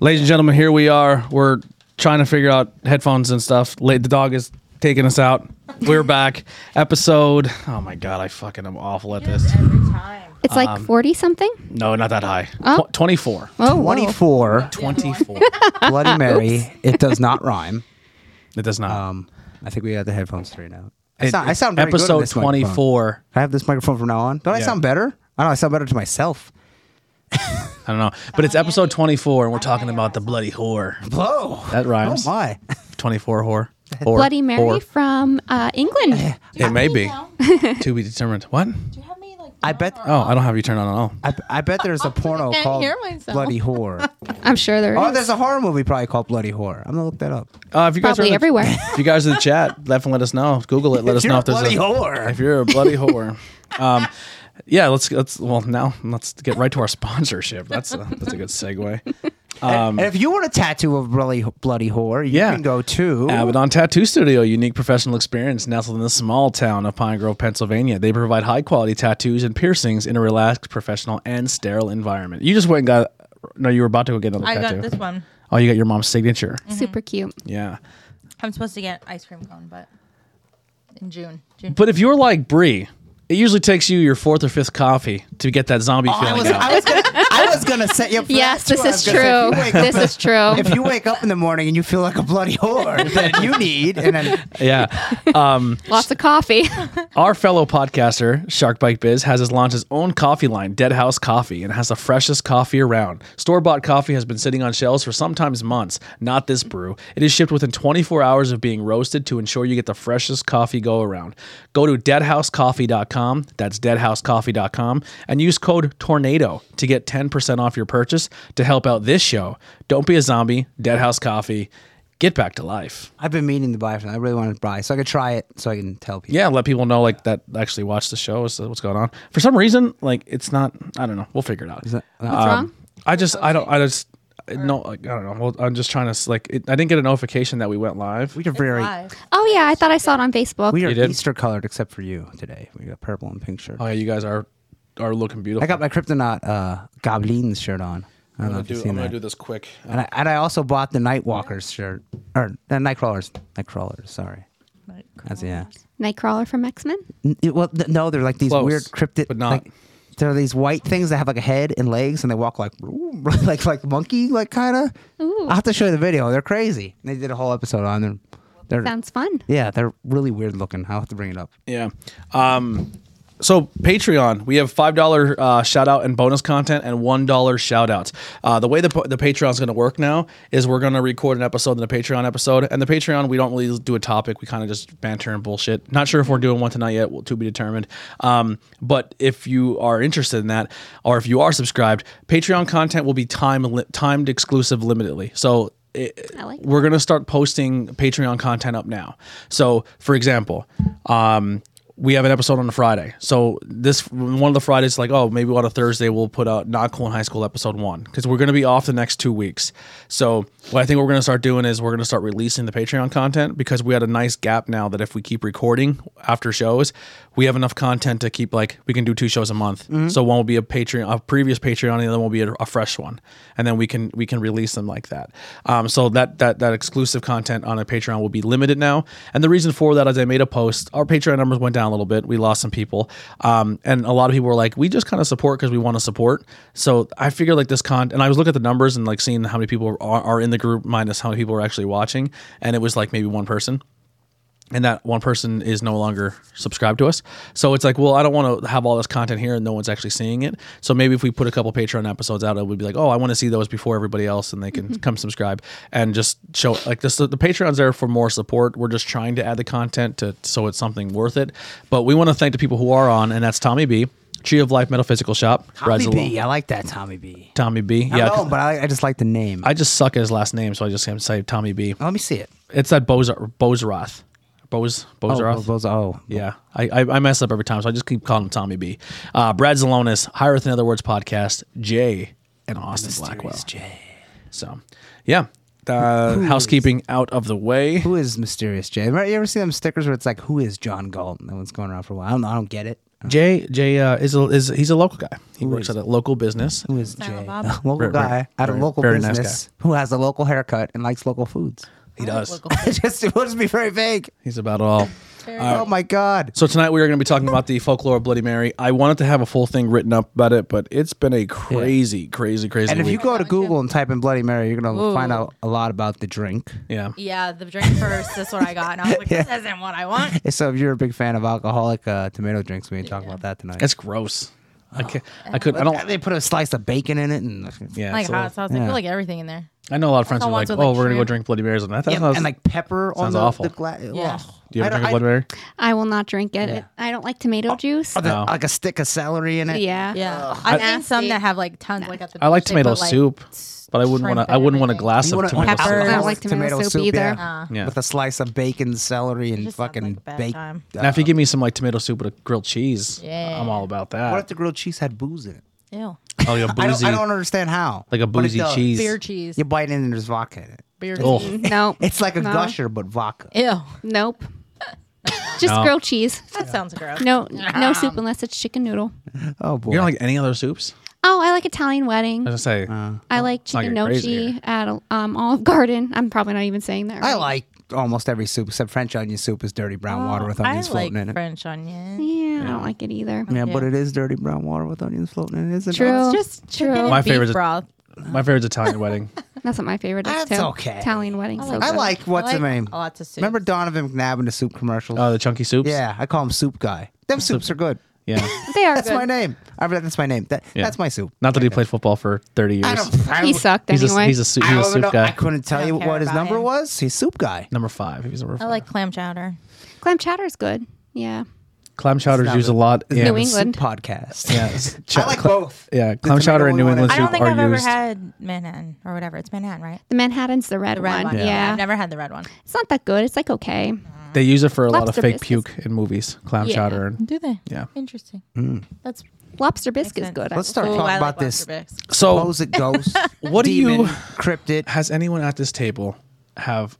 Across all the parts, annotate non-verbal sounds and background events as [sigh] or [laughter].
Ladies and gentlemen, here we are. We're trying to figure out headphones and stuff. La- The dog is taking us out. [laughs] We're back. Episode. Oh my god, I fucking am awful at this. It's like Um, 40 something. No, not that high. Oh. Tw- Twenty-four. Oh, whoa. [laughs] 24 Twenty-four. Bloody Mary. It does not rhyme. it does not. Um, I think we have the headphones straight out. I It- sound, I it- sound very good in episode this microphone. twenty-four. I have this microphone from now on. Don't I Yeah. sound better? I don't know. I sound better to myself. I don't know, but Oh, it's episode twenty-four, and we're talking about the bloody whore. Blow. That rhymes. Oh my. Twenty-four whore. Whore. Bloody Mary Whore. from uh, [laughs] England. It may [laughs] be Do to be determined. What? you have me like? I bet- Oh, I don't have you turned on at all. I, I bet [laughs] there's a porno can't called hear myself. Bloody Whore. I'm sure there Oh, is. there's a horror movie probably called Bloody Whore. I'm gonna look that up. Uh, if you guys are Probably in the- everywhere. [laughs] If you guys are in the chat, laugh and let us know. Google it. Let If us you're know a if there's bloody a whore. If you're a bloody whore. Um, yeah, let's let's well now let's get right to our sponsorship. That's a, that's a good segue. Um, and if you want a tattoo of bloody bloody whore, you Yeah. can go to Abaddon Tattoo Studio, a unique professional experience nestled in the small town of Pine Grove, Pennsylvania. They provide high quality tattoos and piercings in a relaxed, professional, and sterile environment. You just went and got. No, you were about to go get another I tattoo. got this one. Oh, you got your mom's signature. Super cute. Yeah. I'm supposed to get ice cream cone, but in June. June. But if you're like Bree, it usually takes you your fourth or fifth coffee to get that zombie Oh, I feeling was, out. I was gonna, I was gonna set you up. For Yes, that, too. this I is was gonna true. say, [laughs] if you wake This up- is true. [laughs] If you wake up in the morning and you feel like a bloody [laughs] whore, then you need and then yeah. Lots of coffee. [laughs] Our fellow podcaster, Shark Bike Biz, has has launched his own coffee line, Deadhouse Coffee, and has the freshest coffee around. Store bought coffee has been sitting on shelves for sometimes months. Not this brew. It is shipped within 24 hours of being roasted to ensure you get the freshest coffee go around. Go to deadhousecoffee.com, that's deadhousecoffee.com, and use code TORNADO to get 10% off your purchase to help out this show. Don't be a zombie, Deadhouse Coffee. Get back to life. I've been meaning to buy it. I really want to buy, so I could try it, so I can tell people. yeah, let people know like that actually watch the show is what's going on. For some reason, like it's not. I don't know. We'll figure it out. uh, Um, What's wrong? I just I don't I just no like, I don't know. Well, I'm just trying to s- like it, I didn't get a notification that we went live. we are very Live. Oh, yeah. I thought I saw it on Facebook. we are You did? Easter colored except for you today. We got purple and pink shirt. Oh yeah, you guys are are looking beautiful. I got my kryptonite uh, goblins shirt on. I I'm don't know gonna if you've do, seen I'm gonna that. do this quick. And I, and I also bought the Nightwalkers shirt or the Nightcrawlers. Nightcrawlers, sorry. Like, That's yeah. Nightcrawler from X Men. N- it- well, th- no, they're like these Close, weird cryptid. but not. Like, there are these white things that have like a head and legs, and they walk like [laughs] like like monkey, like kind of. Ooh. I'll have to show you the video. They're crazy. They did a whole episode on them. They're Sounds fun. yeah, they're really weird looking. I'll have to bring it up. Yeah. Um. So Patreon, we have five dollar uh, shout out and bonus content, and one dollar shout outs. Uh, the way the po- the Patreon is going to work now is we're going to record an episode and a Patreon episode, and the Patreon we don't really do a topic. We kind of just banter and bullshit. Not sure if we're doing one tonight yet. Well, to be determined. Um, but if you are interested in that, or if you are subscribed, Patreon content will be time li- timed exclusive limitedly. So. It, I like we're gonna start posting Patreon content up now. So, for example, um, we have an episode on a Friday. So this one of the Fridays, like, oh, maybe on a Thursday we'll put out not cool in high school episode one because we're gonna be off the next two weeks. So what I think we're gonna start doing is we're gonna start releasing the Patreon content because we had a nice gap now that if we keep recording after shows, we have enough content to keep like we can do two shows a month. So one will be a Patreon, a previous Patreon, and the other will be a, a fresh one, and then we can we can release them like that. Um, so that that that exclusive content on a Patreon will be limited now, and the reason for that is I made a post. Our Patreon numbers went down a little bit. We lost some people, um, and a lot of people were like, "We just kind of support because we want to support." So I figured like this con, and I was looking at the numbers and like seeing how many people are, are in the group minus how many people are actually watching, and it was like maybe one person and that one person is no longer subscribed to us. So it's like, well, I don't want to have all this content here and no one's actually seeing it. So maybe if we put a couple Patreon episodes out, it would be like, oh, I want to see those before everybody else, and they can come subscribe and just show like this. The Patreon's there for more support. We're just trying to add the content to so it's something worth it. But we want to thank the people who are on, and that's Tommy B, Tree of Life Metaphysical Shop, Tommy rides along. B, I like that Tommy B. Tommy B, I yeah. don't know, 'cause but I, I just like the name. I just suck at his last name, so I just can't say Tommy B. Let me see it. It's that Bozer Bozeroth. Boz Bozeroth. Oh, those, oh. Yeah, I, I, I mess up every time, so I just keep calling him Tommy B. Uh, Brad Zelonis, Higher Than Other Words podcast, Jay, and Austin Blackwell. J. So, yeah, uh, housekeeping out of the way. Who is Mysterious J? Remember, you ever see them stickers where it's like, "Who is John Galt?" That one's going around for a while. I don't, know, I don't get it. Jay Jay uh, is a, is he's a local guy. He works at a local business. Who is Silent Jay? Bob. A [laughs] local Very- guy very- at a very- local very nice business who has a local haircut and likes local foods. [laughs] He I like does. local food. just it will just be very vague. He's about it all. Oh my god. So tonight we are going to be talking about the folklore of Bloody Mary. I wanted to have a full thing written up about it, but it's been a crazy, crazy, crazy. And if you week. go to Google and type in Bloody Mary, you're gonna Ooh. find out a lot about the drink. yeah, Yeah, the drink first. That's what I got, and I was like, "This isn't what I [laughs] want." And So if you're a big fan of alcoholic uh, tomato drinks, we can talk about that tonight. it's gross. I can't. I could. I don't. They put a slice of bacon in it, and Yeah. Oh. like it's a little- hot sauce. I yeah. feel like everything in there. I know a lot of friends saw who are like, ones "Oh, with, like, we're going to go shrimp. drink Bloody Marys." And that Yeah, sounds and like pepper on sounds the, awful. the glass. Yeah. Do you ever drink a Bloody Mary? I will not drink it. It- I don't like Oh, tomato juice. No. Like a stick of celery in it. yeah. Yeah, I've seen some Nasty. that have like tons. Like at the I like they tomato put, like, soup, but I wouldn't shrimp want to. I and wouldn't want a everything. glass You of want tomato pepper. sauce. I don't like tomato soup either. yeah. Yeah. With a slice of bacon, celery, and Uh. just sounds fucking like a bad baked. time. Now, if you give me some like tomato soup with a grilled cheese, Yeah. I'm all about What if that. the grilled cheese had booze in it? Ew, Oh, yeah, I don't, boozy, I don't understand how. like a But it boozy does. cheese. beer cheese, You bite in and there's vodka in it. beer Oh. [laughs] cheese. No. It's like a No. gusher, but vodka. Ew, [laughs] Nope. Just No. grilled cheese. that sounds gross. No, [laughs] no soup unless it's chicken noodle. Oh boy. You don't like any other soups? Oh, I like Italian wedding. I was gonna say. I like not chicken getting crazy noci here. at um, Olive Garden. I'm probably not even saying that. Right. I like almost every soup except French onion soup is dirty brown water with Oh, I onions like floating in it. Mm. French onion. Yeah, I don't like it either. yeah, but it is dirty brown water with onions floating in it, isn't True. it? It's just chicken True. and My beef favorite is- broth. My favorite's Italian wedding. That's not my favorite. That's That's too. okay. Italian wedding. so I good. like what's the I like name? Lots of soup. Remember Donovan McNabb in the soup commercials? Oh, the chunky soups. yeah, I call him Soup Guy. Them soups are good. yeah. They are That's good. my name. I mean, that's my name. That, Yeah. That's my soup. Not that he played football for 30 years. I don't. I, He don't- sucked he's, anyway. a, he's a su- I he's a don't even know- soup I guy. couldn't tell I you don't care what his about number him. was. He's Soup Guy. Number five. He was number I five. like clam chowder. Clam chowder is good. Yeah. clam chowder's not used a really- lot. Yeah, Yeah, New the Soup England. podcast. yeah, it's- I like both. yeah. tomato Clam chowder and we New wanted- England I soup don't think are I've ever used. had Manhattan or whatever. It's Manhattan, right? The Manhattan's the red, The red one. one. Yeah. I've never had the red one. It's not that good. It's like okay. They use it for a lot of Lobster fake biscuits. puke in movies. Clam Yeah. chowder and Do they? yeah. Interesting. That's Lobster biscuit is sense. good. I Let's will start say. Ooh, talking I like about this. lobster bisque. So, Supposed [laughs] ghost. What do demon, you- Cryptid. has anyone at this table have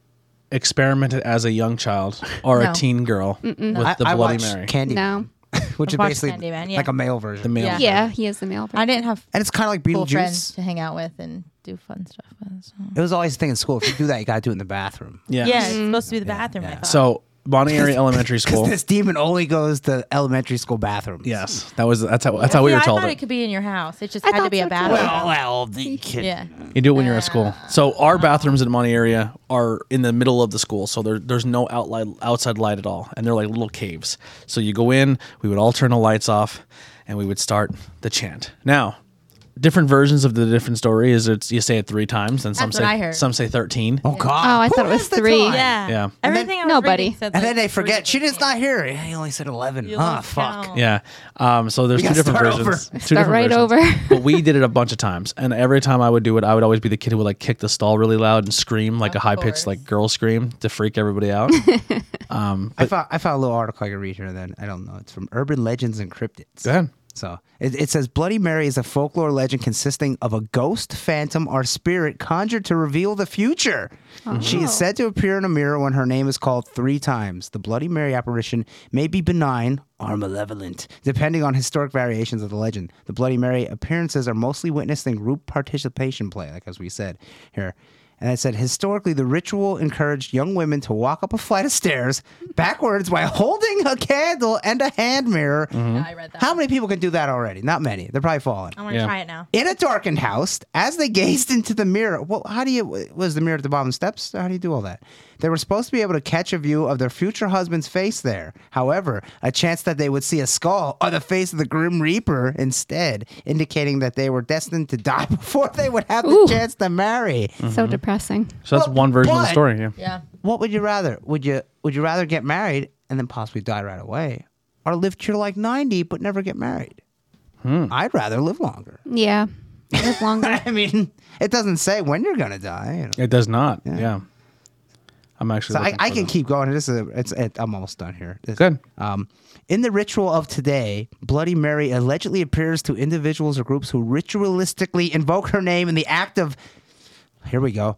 experimented as a young child or a No. teen girl with I, the I Bloody watched Mary? Candy, No. [laughs] which is watched basically Candyman, yeah. like a male version. the male. Yeah. Yeah, he is the male. I didn't have And it's kind of like cool friends Beetlejuice. to hang out with and do fun stuff with. So. It was always a thing in school. If you do that, you got to do it in the bathroom. Yeah. Yeah, it's supposed to be the bathroom. I thought. So [laughs] Bonnieri Elementary School. This demon only goes to elementary school bathrooms. Yes, that was that's how that's how we Yeah, were told I thought it. it could be in your house. It just I had to thought be so, a too. bathroom. Well, well, the kid. yeah. You do it when you're at school. So our bathrooms in Monty area are in the middle of the school, so there, there's no outlight, outside light at all, and they're like little caves. So you go in, we would all turn the lights off, and we would start the chant. Now, different versions of the different story is it's, you say it three times, and some That's say what I heard. some say thirteen. Oh God. Oh, I thought it has was the three. time? Yeah. Yeah. then- Everything I was Nobody. reading said, And like, then they three forget. She different is not here. Yeah, He only said eleven. You Huh? lost Fuck. count. Yeah. Um, so there's two gotta different start versions. over. Two Start different right versions. over. but we did it a bunch of times, and every time I would do it, I would always be the kid who would like kick the stall really loud and scream like a high pitched course. like girl scream to freak everybody [laughs] out. I found I found a little article I could read here. Then I don't know. It's from Urban Legends and Cryptids. Go ahead. So it, it says Bloody Mary is a folklore legend consisting of a ghost, phantom, or spirit conjured to reveal the future. She is said to appear in a mirror when her name is called three times. The Bloody Mary apparition may be benign or malevolent, depending on historic variations of the legend. The Bloody Mary appearances are mostly witnessed in group participation play, like as we said here. And I said, historically, the ritual encouraged young women to walk up a flight of [laughs] stairs backwards while holding a candle and a hand mirror. Mm-hmm. Yeah, I read that. How many people can do that already? Not many. They're probably falling. I want to Yeah. try it now. In a darkened house, as they gazed into the mirror, well, how do you, was the mirror at the bottom steps? How do you do all that? They were supposed to be able to catch a view of their future husband's face there. However, a chance that they would see a skull or the face of the Grim Reaper instead, indicating that they were destined to die [laughs] before they would have the Ooh. chance to marry. So depressing. So that's Well, one version of the but- story. Yeah. Yeah. What would you rather? Would you, would you rather get married and then possibly die right away? Or live till you're like 90 but never get married? I'd rather live longer. [laughs] Yeah. Live longer. I mean, it doesn't say when you're gonna die. You know? It does not. Yeah. I'm actually. So I, looking I for can the- keep going. This is a, it's. It, I'm almost done here. This- Good. Um, in the ritual of today, Bloody Mary allegedly appears to individuals or groups who ritualistically invoke her name in the act of. Here we go,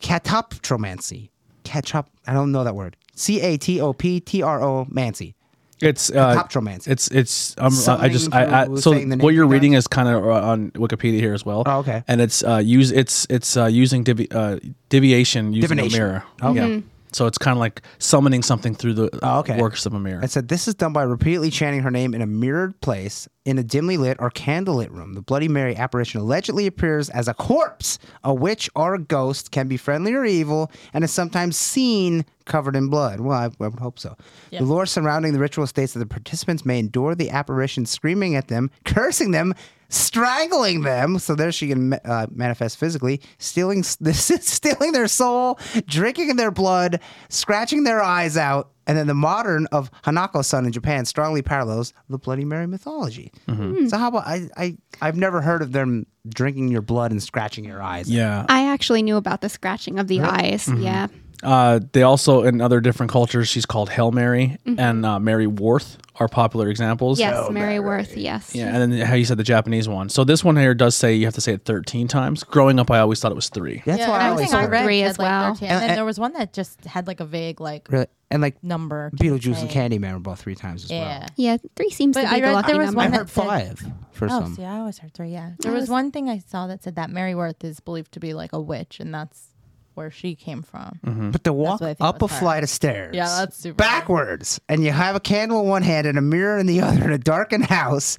catoptromancy. Catop. I don't know that word. C a t o p t r o mancy. It's uh, Coptromancy. It's it's. Um, I Summoning just I, I through so saying the what name you're of reading is kind of on Wikipedia here as well. Oh, okay. And it's uh use it's it's uh using divi- uh deviation using a Divination. mirror. Okay. So it's kind of like summoning something through the uh, Oh, okay. works of a mirror. It said this is done by repeatedly chanting her name in a mirrored place in a dimly lit or candlelit room. The Bloody Mary apparition allegedly appears as a corpse, a witch, or a ghost, can be friendly or evil, and is sometimes seen covered in blood. Well, I, I would hope so. The lore surrounding the ritual states that the participants may endure the apparition screaming at them, cursing them, strangling them so there she can ma- uh, manifest physically stealing s- [laughs] stealing their soul drinking their blood scratching their eyes out and then the modern of hanako san in japan strongly parallels the bloody mary mythology Hmm. so how about I, I i've never heard of them drinking your blood and scratching your eyes yeah. I actually knew about the scratching of the eyes. Yeah. Uh, they also in other different cultures, she's called Hail Mary and uh, Mary Worth are popular examples. Yes, Oh, Mary Worth. Yes. Yeah, and then how you said the Japanese one. So this one here does say you have to say it 13 times. Growing up, I always thought it was three. that's Yeah, why i always everything I heard- read Three said, as like, well. 13. And, then there was one that just had like a vague like Really- and like number. to beetlejuice and say. candyman were both three times as Mm-hmm. Yeah. Yeah, three seems But to I be the read lucky there was number. well i [laughs] one that heard said- five for Oh, some see, I always heard three. Yeah, there I was, was- one thing I saw that said that Mary Worth is believed to be like a witch, and that's where she came from. But to walk what I think up a was hard. flight of stairs. Yeah, that's super hard. Backwards. And you have a candle in one hand and a mirror in the other in a darkened house.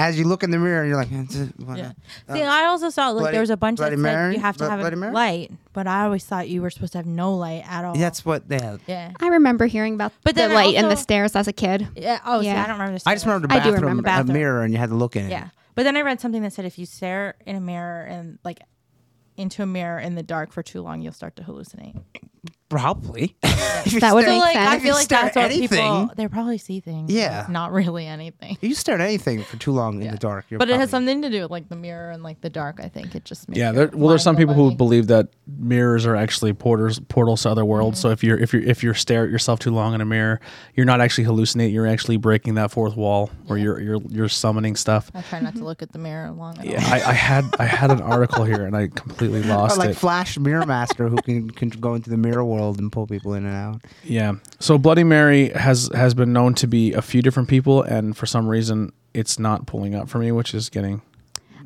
As you look in the mirror, you're like, eh, d- what- Yeah. See, I also saw like Bloody- there was a bunch Bloody that said Mary? you have to Blo- have Bloody Mary? light, but I always thought you were supposed to have no light at all. that's what. Yeah. yeah. I remember hearing about But the then I light and the also- stairs as a kid. Yeah. Oh, see, Yeah. I don't remember. I just stairs. remember the I do bathroom, remember a bathroom. mirror, and you had to look in it. Yeah, but then I read something that said if you stare in a mirror and like into a mirror in the dark for too long, you'll start to hallucinate. [laughs] Probably. If you That would stare- make like sense. I If you feel like stare that's at what people anything- they probably see things. Yeah. it's not really anything. if you stare at anything for too long in the dark, you're But it has probably- something to do with like the mirror and like the dark. I think it just makes Yeah, it there, well, there's some people who mind-blowing. believe that mirrors are actually porters, portals to other worlds. So if you're if you are if you stare at yourself too long in a mirror, you're not actually hallucinating. You're actually breaking that fourth wall, or you're you're you're summoning stuff. I try not to look at the mirror long. At Yeah, [laughs] all. I, I had I had an article here and I completely Or lost like it. Flash Mirror Master, who [laughs] can, can go into the mirror world and pull people in and out. yeah. So Bloody Mary has has been known to be a few different people, and for some reason, it's not pulling up for me, which is getting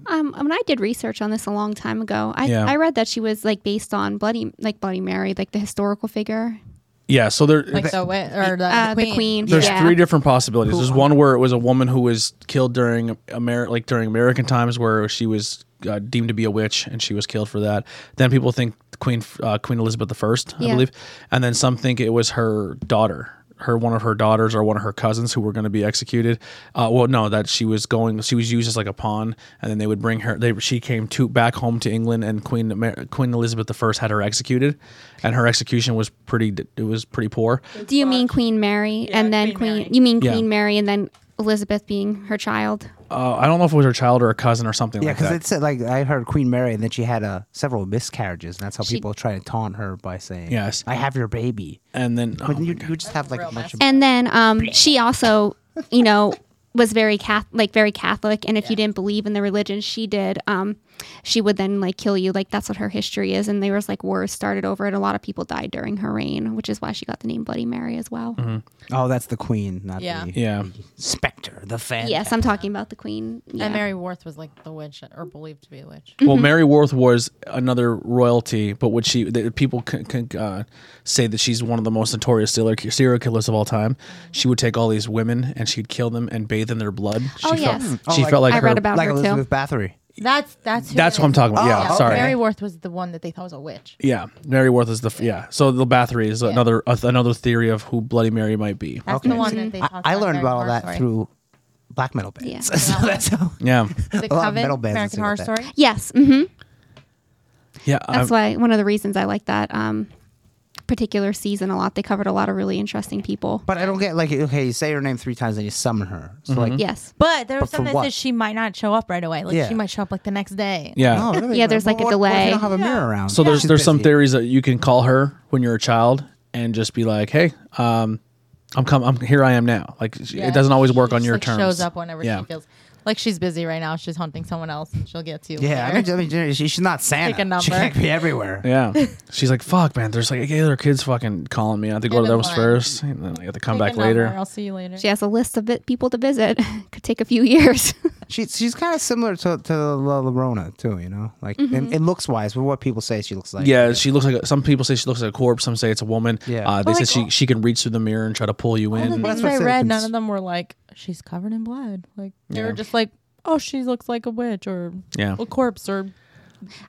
Um, when I did research on this a long time ago, I, Yeah. I read that she was like based on Bloody like Bloody Mary, like the historical figure, yeah. So there like the wit or the, uh, queen. the queen. There's yeah. three different possibilities. There's one where it was a woman who was killed during Amer- like during American times, where she was uh, deemed to be a witch and she was killed for that. Then people think Queen uh, Queen Elizabeth I, I Yeah. believe, and then some think it was her daughter, her one of her daughters or one of her cousins who were going to be executed. Uh, well, no, that she was going, she was used as like a pawn, and then they would bring her. They she came to back home to England, and Queen Amer- Queen Elizabeth I had her executed, and her execution was pretty. It was pretty poor. Do you mean Queen Mary and then Queen? You mean Yeah. Queen Mary and then Elizabeth being her child? Uh, I don't know if it was her child or a cousin or something Yeah, like because that. it said like I heard Queen Mary, and then she had uh, several miscarriages, and that's how She- people try to taunt her by saying, Yes. I have your baby." and then oh, But you, you just have like a bunch of And then um, she also, you know, was very cath like very Catholic, and if you didn't believe in the religion she did, um, she would then like kill you. Like that's what her history is, and there was like wars started over it. A lot of people died during her reign, which is why she got the name Bloody Mary as well. oh, that's the queen, not Yeah. the yeah, Mm-hmm. specter, the fan. Yes, I'm talking about the Queen. Yeah. And Mary Worth was like the witch or believed to be a witch. well, Mary Worth was another royalty, but what she the people can, can uh, say that she's one of the most notorious serial, serial killers of all time. She would take all these women and she'd kill them and bathe in their blood. She Oh, felt, yes. Oh, she like- felt like I her. read about like her Elizabeth too. Bathory. That's that's who that's it what I'm is. talking about. yeah, Oh, okay. sorry. Mary Worth was the one that they thought was a witch. yeah, Mary Worth is the f- yeah. So the Bathory is another uh, another theory of who Bloody Mary might be. That's the one that they I, talked about. I in learned American about all Horror that Story. through black metal bands. Yeah. [laughs] so that's how. Yeah, a the lot of Coven, metal bands American that Horror do that. Story. Yes. hmm yeah. That's I'm- why one of the reasons I like that um, particular season a lot. They covered a lot of really interesting people. But I don't get like okay, you say her name three times and you summon her. So like, yes. But there was for some that what? says she might not show up right away. Like Yeah. she might show up like the next day. yeah. no, Oh, really, Yeah, there's, what- like, a what- what if delay. you don't have a mirror around. So there's She's there's some busy. theories that you can call her when you're a child and just be like, hey, um, I'm come, I'm here, I am now. Like sh- Yeah, it doesn't always she work on just, your like, terms. Shows up whenever Yeah. she feels. Like she's busy right now. She's hunting someone else. She'll get to you. Yeah, I later. mean, I mean she, she's not Santa. Pick a She number. can't be everywhere. [laughs] Yeah. She's like, fuck, man. There's like eight other kids fucking calling me. I have to go Get to in those line. first. And then I have to come Pick a back number. later. I'll see you later. She has a list of vi- people to visit. [laughs] Could take a few years. [laughs] She, she's kind of similar to, to La Llorona, too, you know? Like, Mm-hmm. in, in looks wise, but what people say she looks like. Yeah, she looks like a, some people say she looks like a corpse. Some say it's a woman. Yeah. Uh, they Well, say like, she she can reach through the mirror and try to pull you All the in. Well, that's things what I I said, read, it's- none of them were like she's covered in blood. Like they Yeah. were just like, oh, she looks like a witch or Yeah. a corpse or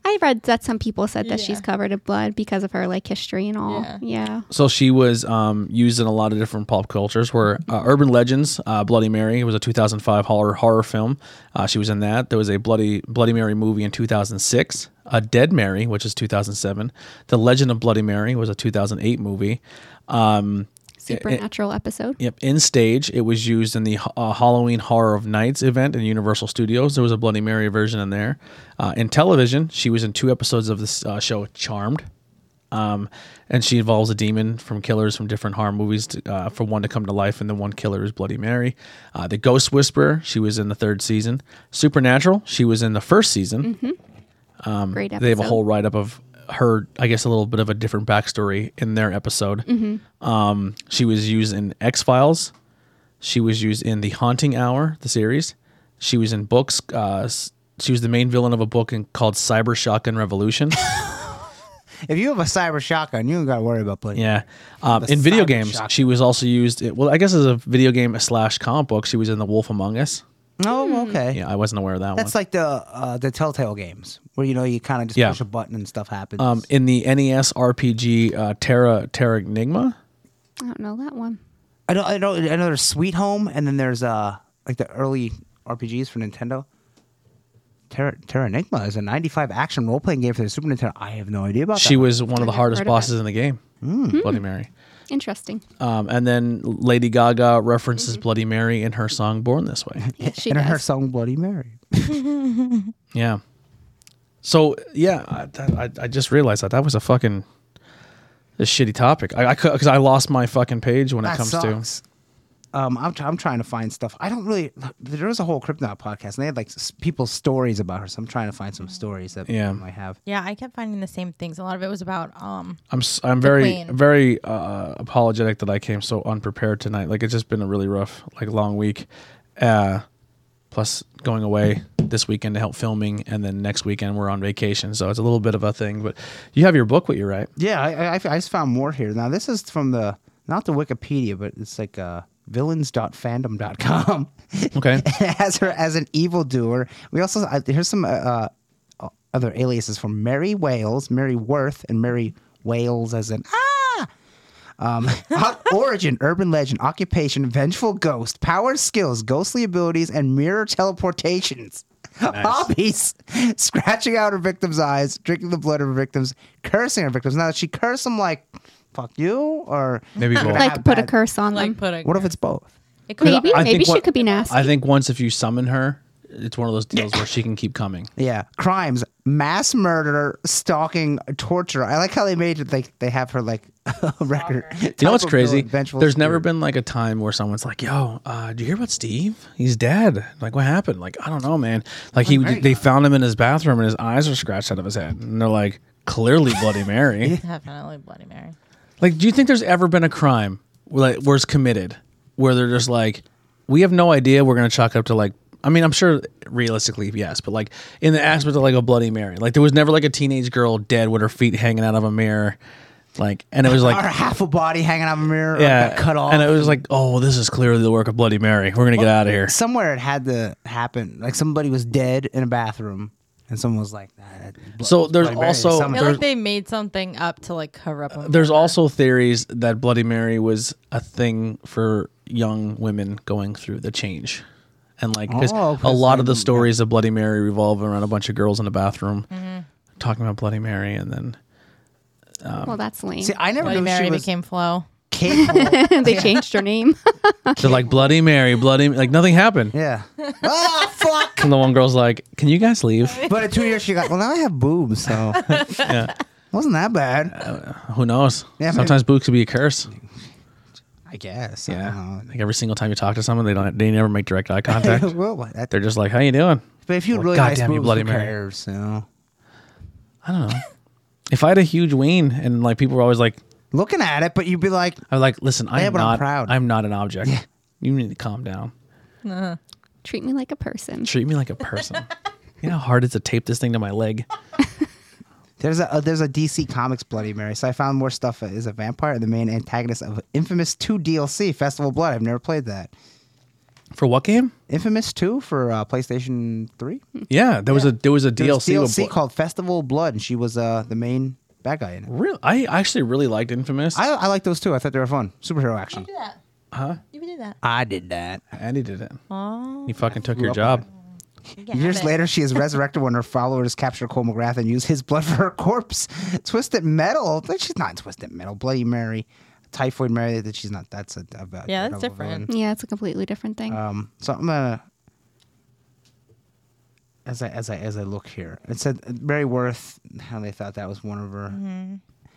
I read that some people said that she's Yeah. covered in blood because of her like history and all. Yeah. Yeah. So she was um, used in a lot of different pop cultures. Where uh, Urban Legends, uh, Bloody Mary was a 2005 horror horror film. Uh, she was in that. There was a Bloody Bloody Mary movie in 2006. A Dead Mary, which is 2007. The Legend of Bloody Mary was a 2008 movie. Um, Supernatural episode. Yep, in stage, it was used in the uh, Halloween Horror of Nights event in Universal Studios. There was a Bloody Mary version in there. Uh, in television, she was in two episodes of this uh, show Charmed, um, and she involves a demon from killers from different horror movies to, uh, for one to come to life, and the one killer is Bloody Mary. Uh, the Ghost Whisperer, she was in the third season. Supernatural, she was in the first season Um, Great episode. they have a whole write up of her, I guess, a little bit of a different backstory in their episode. Mm-hmm. Um, she was used in X Files. She was used in The Haunting Hour, the series. She was in books. Uh, s- she was the main villain of a book in, called Cyber Shotgun [laughs] Revolution. If you have a cyber shotgun, you don't got to worry about blood. yeah. Um, in video Cyber games, Shotgun. she was also used, well, I guess as a video game slash comic book, she was in The Wolf Among Us. Oh, Mm-hmm. okay. Yeah, I wasn't aware of that one. That's like the uh, the Telltale games where you know you kind of just Yeah. push a button and stuff happens. um, in the NES RPG uh, Terra Terra Enigma, I don't know that one. I know, I know, I know. There's Sweet Home, and then there's uh like the early RPGs for Nintendo. Terra, Terra Enigma is a 95 action role playing game for the Super Nintendo. I have no idea about she that. was one of the I've hardest heard of Hmm. bosses in the game. Hmm. Bloody Mary. Interesting. Uh, Um, and then Lady Gaga references Mm-hmm. Bloody Mary in her song "Born This [laughs] Way." Yeah, she in does. her song Bloody Mary. Yeah. So yeah, I, that- I, I just realized that that was a fucking a shitty topic. I because I, lost my fucking page when it That comes to. sucks. Um, I'm, try- I'm trying to find stuff. I don't really. There was a whole Kryptonite podcast, and they had like s- people's stories about her. So I'm trying to find some stories that Yeah. I might have. yeah. I kept finding the same things. A lot of it was about um. I'm s- I'm very Queen. very uh, apologetic that I came so unprepared tonight. Like it's just been a really rough like long week. Uh, plus going away this weekend to help filming, and then next weekend we're on vacation, so it's a little bit of a thing. But you have your book with you, right? Yeah, I, I, I just found more here. Now this is from the not the Wikipedia, but it's like uh, [laughs] villains.fandom.com. [laughs] Okay. it has her as an evildoer. We also uh, here's some uh, uh, other aliases from Mary Wales, Mary Worth, and Mary Wales as an ah. Um, [laughs] o- origin, urban legend, occupation, vengeful ghost, power skills, ghostly abilities, and mirror teleportations. [laughs] Hobbies: scratching out her victims' eyes, drinking the blood of her victims, cursing her victims. Now, does she curse them like "fuck you" or [laughs] Maybe "You're gonna both. have Like put a bad-" curse on Like them. put a What if it's both? it could Maybe, I think maybe she what- could be nasty. I think once if you summon her, it's one of those deals where she can keep coming. Yeah, crimes, mass murder, stalking, torture. I like how they made it like they have her like [laughs] a record. You know what's crazy? There's never been like a time where someone's like, "Yo, uh, did you hear about Steve? He's dead. Like, what happened? Like, I don't know, man. Like, he they found him in his bathroom and his eyes were scratched out of his head, and they're like, clearly Bloody Mary. definitely Bloody Mary. Like, do you think there's ever been a crime where, like, where it's committed where they're just like, we have no idea. We're gonna chalk it up to like. I mean, I'm sure realistically, yes, but like in the aspect of like a Bloody Mary, like there was never like a teenage girl dead with her feet hanging out of a mirror, like, and it was [laughs] like or half a body hanging out of a mirror. Yeah, yeah, cut off. And it was like, oh, this is clearly the work of Bloody Mary. We're gonna get out of here. somewhere it had to happen. Like somebody was dead in a bathroom, and someone was like, nah, that blood- So there's Bloody Mary is also- I somewhere. feel There's- like they made something up to like cover up. a There's murder. also theories that Bloody Mary was a thing for young women going through the change. And like, 'cause Oh, 'cause a lot of the then- stories of Bloody Mary revolve around a bunch of girls in a bathroom talking about Bloody Mary, and then well, that's lame. [laughs] Um, See, I never Bloody knew Mary she was became Flo. [laughs] capable. [laughs] they changed her name. [laughs] they're like Bloody Mary, Bloody like nothing happened. yeah. Ah, fuck. And the one girl's like, "Can you guys leave?" But at two years, she got. Well, now I have boobs, [laughs] so wasn't that bad. Who knows? Yeah, Sometimes boobs could be a curse. I I guess. I Yeah. don't know. Like every single time you talk to someone, they don't they never make direct eye contact. [laughs] well, what- that- They're just like, "How you doing?" but if you Well, really God nice damn you, moves, Bloody who Mary. cares, you know? I don't know. if I had a huge ween and like people were always like, Looking at it, but you'd be like, "I'm like, listen, I'm but I'm not proud." I'm not an object. You need to calm down. Treat me like a person. Treat me like a person." you know how hard it is to tape this thing to my leg. There's a uh, there's a DC Comics Bloody Mary. So I found more stuff. Is a vampire the main antagonist of Infamous Two DLC Festival of Blood? I've never played that. For what game? Infamous Two for uh, PlayStation Three. Yeah, there was a there was a There was DLC. with DLC Blo- called Festival of Blood, and she was uh, the main bad guy in it. Real, I actually really liked Infamous. I, I like those too. I thought they were fun. Superhero action. do that. Huh? You did that. I did that. and he did it. Oh, He fucking took your job. Years later, she [laughs] is resurrected when her followers capture Cole McGrath and use his blood [laughs] for her corpse. Twisted Metal. That- She's not in Twisted Metal. Bloody Mary. Typhoid Mary. That she's not. That's a. a a- Yeah, that's a- different. Yeah, it's a completely different thing. Um, so I'm gonna as I as I as I look here, it said Mary Worth how they thought that was one of her.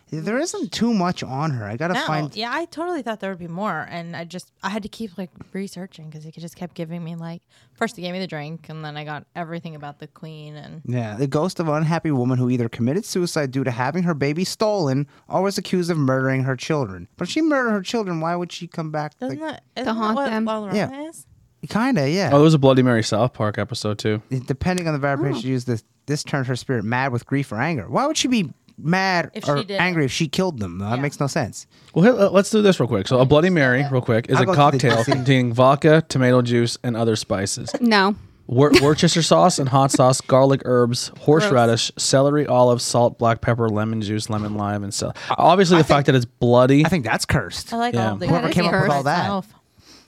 There isn't too much on her. I gotta Mm-hmm. No, find. yeah, I totally thought there would be more, and I just I had to keep like researching because he just kept giving me like first he gave me the drink, and then I got everything about the queen and Yeah, the ghost of an unhappy woman who either committed suicide due to having her baby stolen or was accused of murdering her children. But if she murdered her children, why would she come back? doesn't Like, that isn't that haunt what them. Walrana Yeah. is? kinda, yeah. Oh, there was a Bloody Mary South Park episode too. Depending on the Oh. vibration used, this this turned her spirit mad with grief or anger. Why would she be mad If or she did it. angry if she killed them? That makes no sense. Well, here, uh, let's do this real quick. So, a Bloody Mary, real quick, is I'll a go to the cocktail DC. containing vodka, tomato juice, and other spices, no. Wor- Worcester sauce and hot sauce, garlic herbs, horseradish, celery, olives, salt, black pepper, lemon juice, lemon lime, and so. Obviously, the fact that it's bloody, I think that's cursed. I like Yeah. all the Whoever That came up with all that. Myself.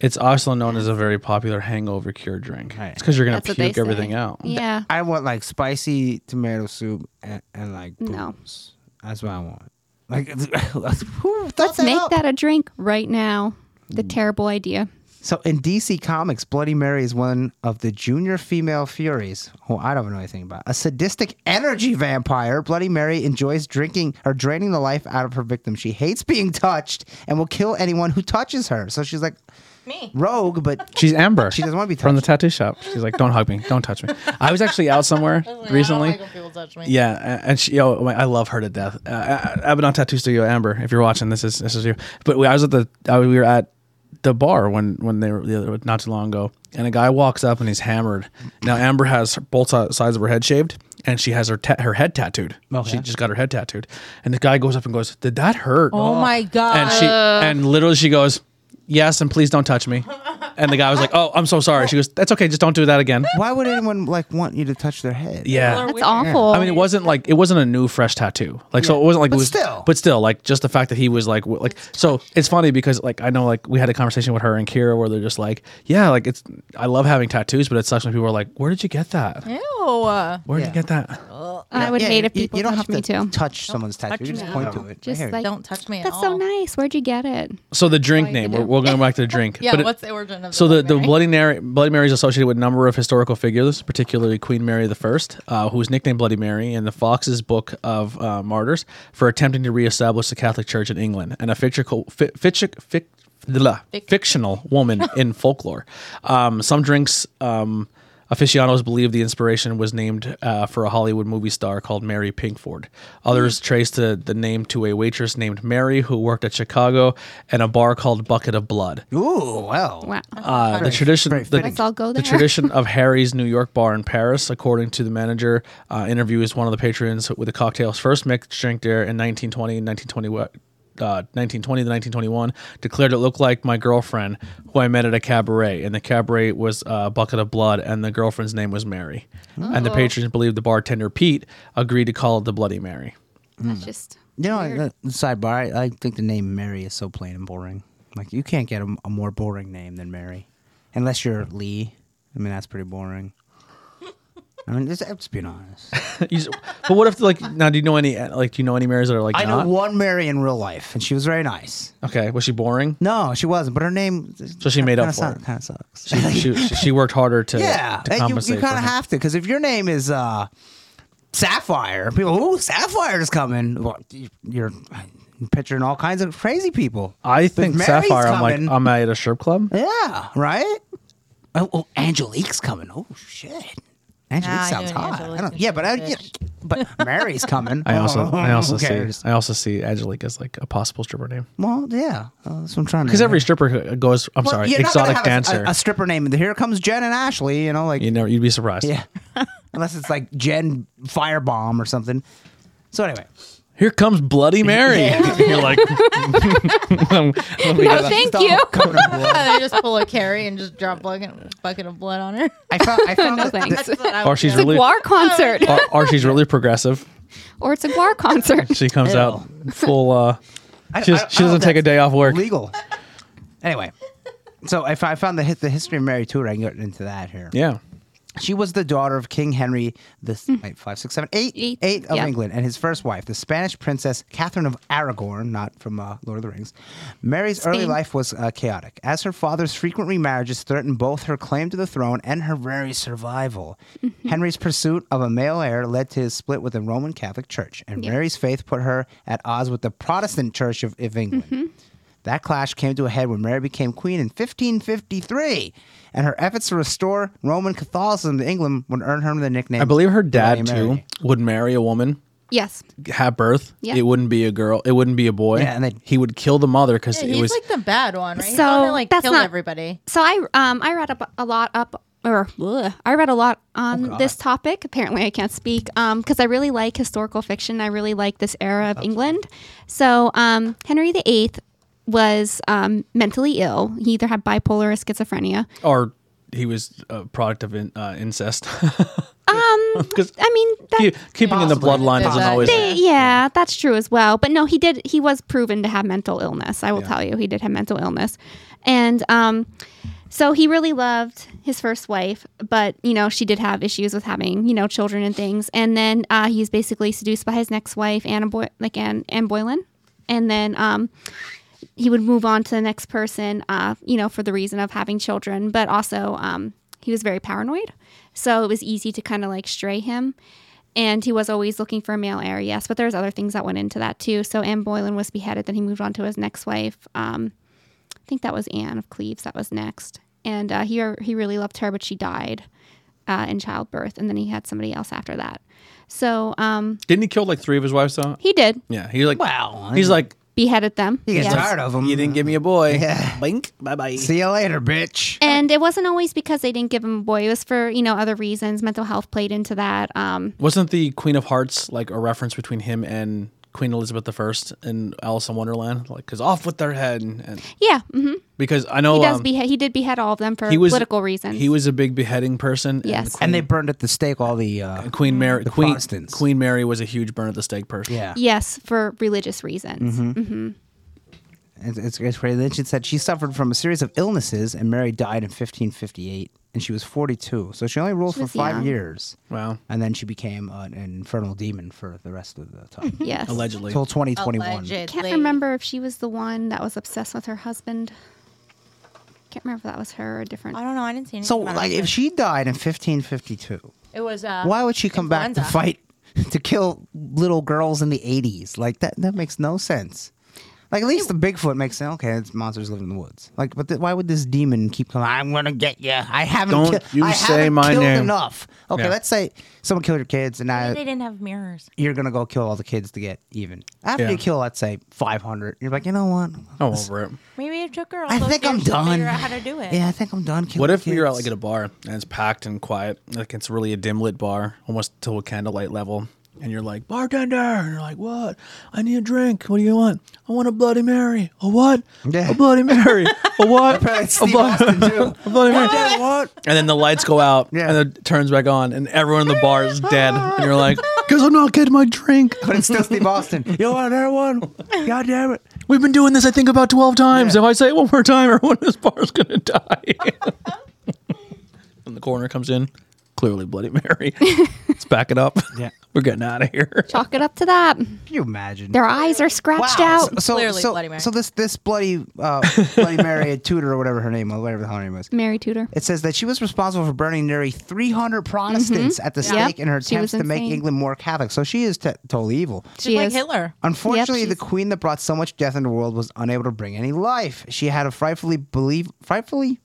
it's also known as a very popular hangover cure drink. Right. It's because you're gonna That's what they puke everything say. out. Yeah. I want like spicy tomato soup and, and like No. booze. That's what I want. Like, [laughs] who thought that Make up? that a drink right now. The Mm. terrible idea. So in DC Comics, Bloody Mary is one of the junior female Furies, who I don't know anything about. A sadistic energy vampire, Bloody Mary enjoys drinking or draining the life out of her victim. She hates being touched and will kill anyone who touches her. So she's like Me. rogue, but She's Amber. she doesn't want to be touched. from the tattoo shop. She's like, "Don't hug me, don't touch me." I was actually out [laughs] somewhere recently. Yeah, a- and she, yo, my- I love her to death. Uh, A- A- Abaddon Tattoo Studio, Amber. If you're watching, this is this is you. But we, I was at the, I, we were at the bar when when they were the other, not too long ago, and a guy walks up and he's hammered. Now Amber has her- both si- sides of her head shaved, and she has her ta- her head tattooed. She just got her head tattooed, and the guy goes up and goes, "Did that hurt?" Oh my god. and she and literally she goes, "Yes, and please don't touch me." And the guy was like, "Oh, I'm so sorry." She goes, "That's okay, just don't do that again." Why would anyone like want you to touch their head? Yeah. That's awful. I mean, it wasn't like it wasn't a new fresh tattoo. Like so, it wasn't like But it was, still. but still, like just the fact that he was like, w- like so. It's funny because like I know like we had a conversation with her and Kira where they're just like, yeah, like it's I love having tattoos, but it sucks when people are like, where did you get that? Ew. uh, Where did Yeah. you get that? I would Yeah, hate if you- people you don't touched have to me too. touch someone's tattoo. You me. just point to it. Right Just here. like Don't touch me at That's all. so nice. Where'd you get it? So the drink name. you We're, do. we're going back to the drink. [laughs] Yeah, But it- what's the origin of So the the, the Bloody Mary? [laughs] Bloody Mary Bloody Mary is associated with a number of historical figures, particularly Queen Mary the First, uh, who was nicknamed Bloody Mary in the Fox's Book of uh, Martyrs for attempting to reestablish the Catholic Church in England, and a fictional fi- fic- fic- blah, fictional [laughs] woman in folklore. Um, some drinks. Um, Aficionados believe the inspiration was named uh, for a Hollywood movie star called Mary Pinkford. Hmm. Others traced the, the name to a waitress named Mary who worked at Chicago and a bar called Bucket of Blood. Ooh, well. Wow. Uh, the tradition, the, Let's all go the there. tradition [laughs] of Harry's New York bar in Paris, according to the manager, uh, interview is one of the patrons with the cocktail's first mixed drink there in 1920 and 1920. Uh, 1920 to 1921 declared it looked like my girlfriend who I met at a cabaret and the cabaret was a bucket of blood and the girlfriend's name was Mary and Oh. the patrons believed the bartender Pete agreed to call it the Bloody Mary [laughs] That's just. You know, uh, sidebar. I, I think the name Mary is so plain and boring. Like you can't get a, a more boring name than Mary, unless you're Lee. I mean, that's pretty boring. I mean, just, just [laughs] being honest. You s- but what if like now do you know any like do you know any Marys that are like I not know one Mary in real life, and she was very nice. okay was she boring No, she wasn't, but her name. So she made up for it. Kind of sucks. [laughs] she, she, she worked harder to yeah, to and you, compensate you kind for of him. have to because if your name is uh, Sapphire, people, ooh, Sapphire's coming. Well, you- you're picturing all kinds of crazy people. I think Mary's Sapphire. I'm like, coming. am I at a strip club? Yeah, right? Oh, oh Angelique's coming. Oh shit. Angelique Nah, I sounds knew hot. Angelique's I don't, a yeah, but I, yeah, bitch. but Mary's coming. [laughs] I also, Oh, I also who see, cares? I also see Angelique as like a possible stripper name Well, yeah, uh, that's what I'm trying to. because every stripper goes. I'm Well, sorry, you're not gonna exotic have a- dancer. a, a stripper name. and Here comes Jen and Ashley. You know, like you know, you'd be surprised. yeah, [laughs] unless it's like Jen Firebomb or something. So anyway, Here comes Bloody Mary. [laughs] You're like, no, [laughs] No, thank you. [laughs] Covered in [laughs] blood. they just pull a carry and just drop a bucket, bucket of blood on her. I found, I found No that- thanks. [laughs] That's what I Or would she's do. It's a really, guar concert, or, or she's really progressive. [laughs] or it's a guar concert. She comes out full. uh I- She, I- she I don't know doesn't if take a that's day off work. Legal. Anyway, so if I found the hit the history of Mary Tudor, I can get into that here. Yeah. She was the daughter of King Henry the s- wait, five, six, seven, eight, Hmm. Eight, eight of yeah. England, and his first wife, the Spanish princess Catherine of Aragorn, not from uh, Lord of the Rings. Mary's early Spain. life was uh, chaotic, as her father's frequent remarriages threatened both her claim to the throne and her very survival. Mm-hmm. Henry's pursuit of a male heir led to his split with the Roman Catholic Church, and Yeah. Mary's faith put her at odds with the Protestant Church of, of England. Mm-hmm. That clash came to a head when Mary became queen in 1553, and her efforts to restore Roman Catholicism to England would earn her the nickname. I believe her Bloody dad too Mary. would marry a woman, [laughs] Yes, have birth. Yeah. It wouldn't be a girl. It wouldn't be a boy. Yeah, and then- he would kill the mother because Yeah, it he's was like the bad one, right? He's So, the one that, like that's killed not- everybody. So I um I read up a lot up or ugh, I read a lot on this topic. Apparently, I can't speak um because I really like historical fiction. I really like this era of England. So um Henry VIII was um mentally ill. He either had bipolar or schizophrenia. or he was a product of in, uh, incest. [laughs] Um, 'Cause I mean that. Keep- keeping in the Possibly. bloodline doesn't That- always. They, yeah, that's true as well. But no, he did. He was proven to have mental illness. I will tell you, he did have mental illness, and um, so he really loved his first wife. But you know, she did have issues with having you know children and things. And then uh, he's basically seduced by his next wife, Anna Boy- like Anne, Anne Boylan, and then um, he would move on to the next person, uh, you know, for the reason of having children, but also um, he was very paranoid. So it was easy to kind of like stray him. And he was always looking for a male heir, yes, but there's other things that went into that too. So Anne Boylan was beheaded, then he moved on to his next wife. Um, I think that was Anne of Cleves that was next. And uh, he, he really loved her, but she died uh, in childbirth. And then he had somebody else after that. So um, Didn't he kill like three of his wives though? he did Yeah, he like Wow, he's like beheaded them. he gets yes. tired of them. you didn't give me a boy. Yeah. Blink. Bye bye. See you later, bitch. And it wasn't always because they didn't give him a boy. It was for you know other reasons. Mental health played into that. Um, Wasn't the Queen of Hearts like a reference between him and Queen Elizabeth I in Alice in Wonderland? Like, cause off with their head. And, and- yeah, hmm because I know he does um, behead. He did behead all of them for he was political reasons. He was a big beheading person. Yes. And And they burned at the stake all the. Uh, Queen Mary, Queen, Protestants. Queen Mary was a huge burn at the stake person. yeah, yes for religious reasons. Mm-hmm. Mm-hmm. it's, it's, it's crazy. Then she said she suffered from a series of illnesses, and Mary died in 1558, and she was 42, so she only ruled for was five young. years. Wow. And then she became an infernal demon for the rest of the time Yes, Allegedly. until 2021. I Allegedly. can't remember if she was the one that was obsessed with her husband. Can't remember if that was her or a different. I don't know. I didn't see anything. So, about like, it. if she died in 1552, it was uh, why would she come back to influenza. fight [laughs] to kill little girls in the 80s? Like, that, that makes no sense. Like, at least the Bigfoot makes sense. Okay, it's monsters living in the woods. Like, but th- why would this demon keep coming? I'm gonna get you. I haven't. Don't kill- you I say haven't my killed name." enough. Okay, Yeah. let's say someone killed your kids, and now Maybe they didn't have mirrors. you're gonna go kill all the kids to get even. After Yeah. you kill, let's say 500, you're like, you know what? I'm over it. Maybe it took her. All I those think I'm years to done. Figure out how to do it. Yeah, I think I'm done. Killing What if you're out kids. like at a bar and it's packed and quiet, like it's really a dim lit bar, almost to a candlelight level, and you're like bartender, and you're like, "What? I need a drink. What do you want? I want a Bloody Mary. A what? Yeah. A Bloody [laughs] Mary. a what? Apparently a, [laughs] it's Steve Blo- Austin, too. [laughs] a Bloody Mary. what? And then the lights go out, Yeah. and it turns back on, and everyone in the bar is dead, and you're [laughs] like, "Cause I'm not getting my drink. But it's [laughs] still Steve Austin. You want another one? God damn it. We've been doing this, I think, about twelve times. Yeah. If I say it one [laughs] [laughs] more time, everyone in this bar is gonna die." and the coroner comes in. clearly Bloody [laughs] Mary. Let's back it up. Yeah. We're getting out of here. Chalk it up to that. Can you imagine? Their eyes are scratched out. So, Clearly so, Bloody Mary. so this this bloody uh, bloody Mary Tudor or whatever her name, whatever the hell her name was. Mary Tudor. It says that she was responsible for burning nearly 300 Protestants at the Yeah. stake in her Mm-hmm. She was attempts to make insane. England more Catholic. So she is t- totally evil. She's like is. Hitler. Unfortunately, the she's- queen that brought so much death into the world was unable to bring any life. She had a frightfully believe frightfully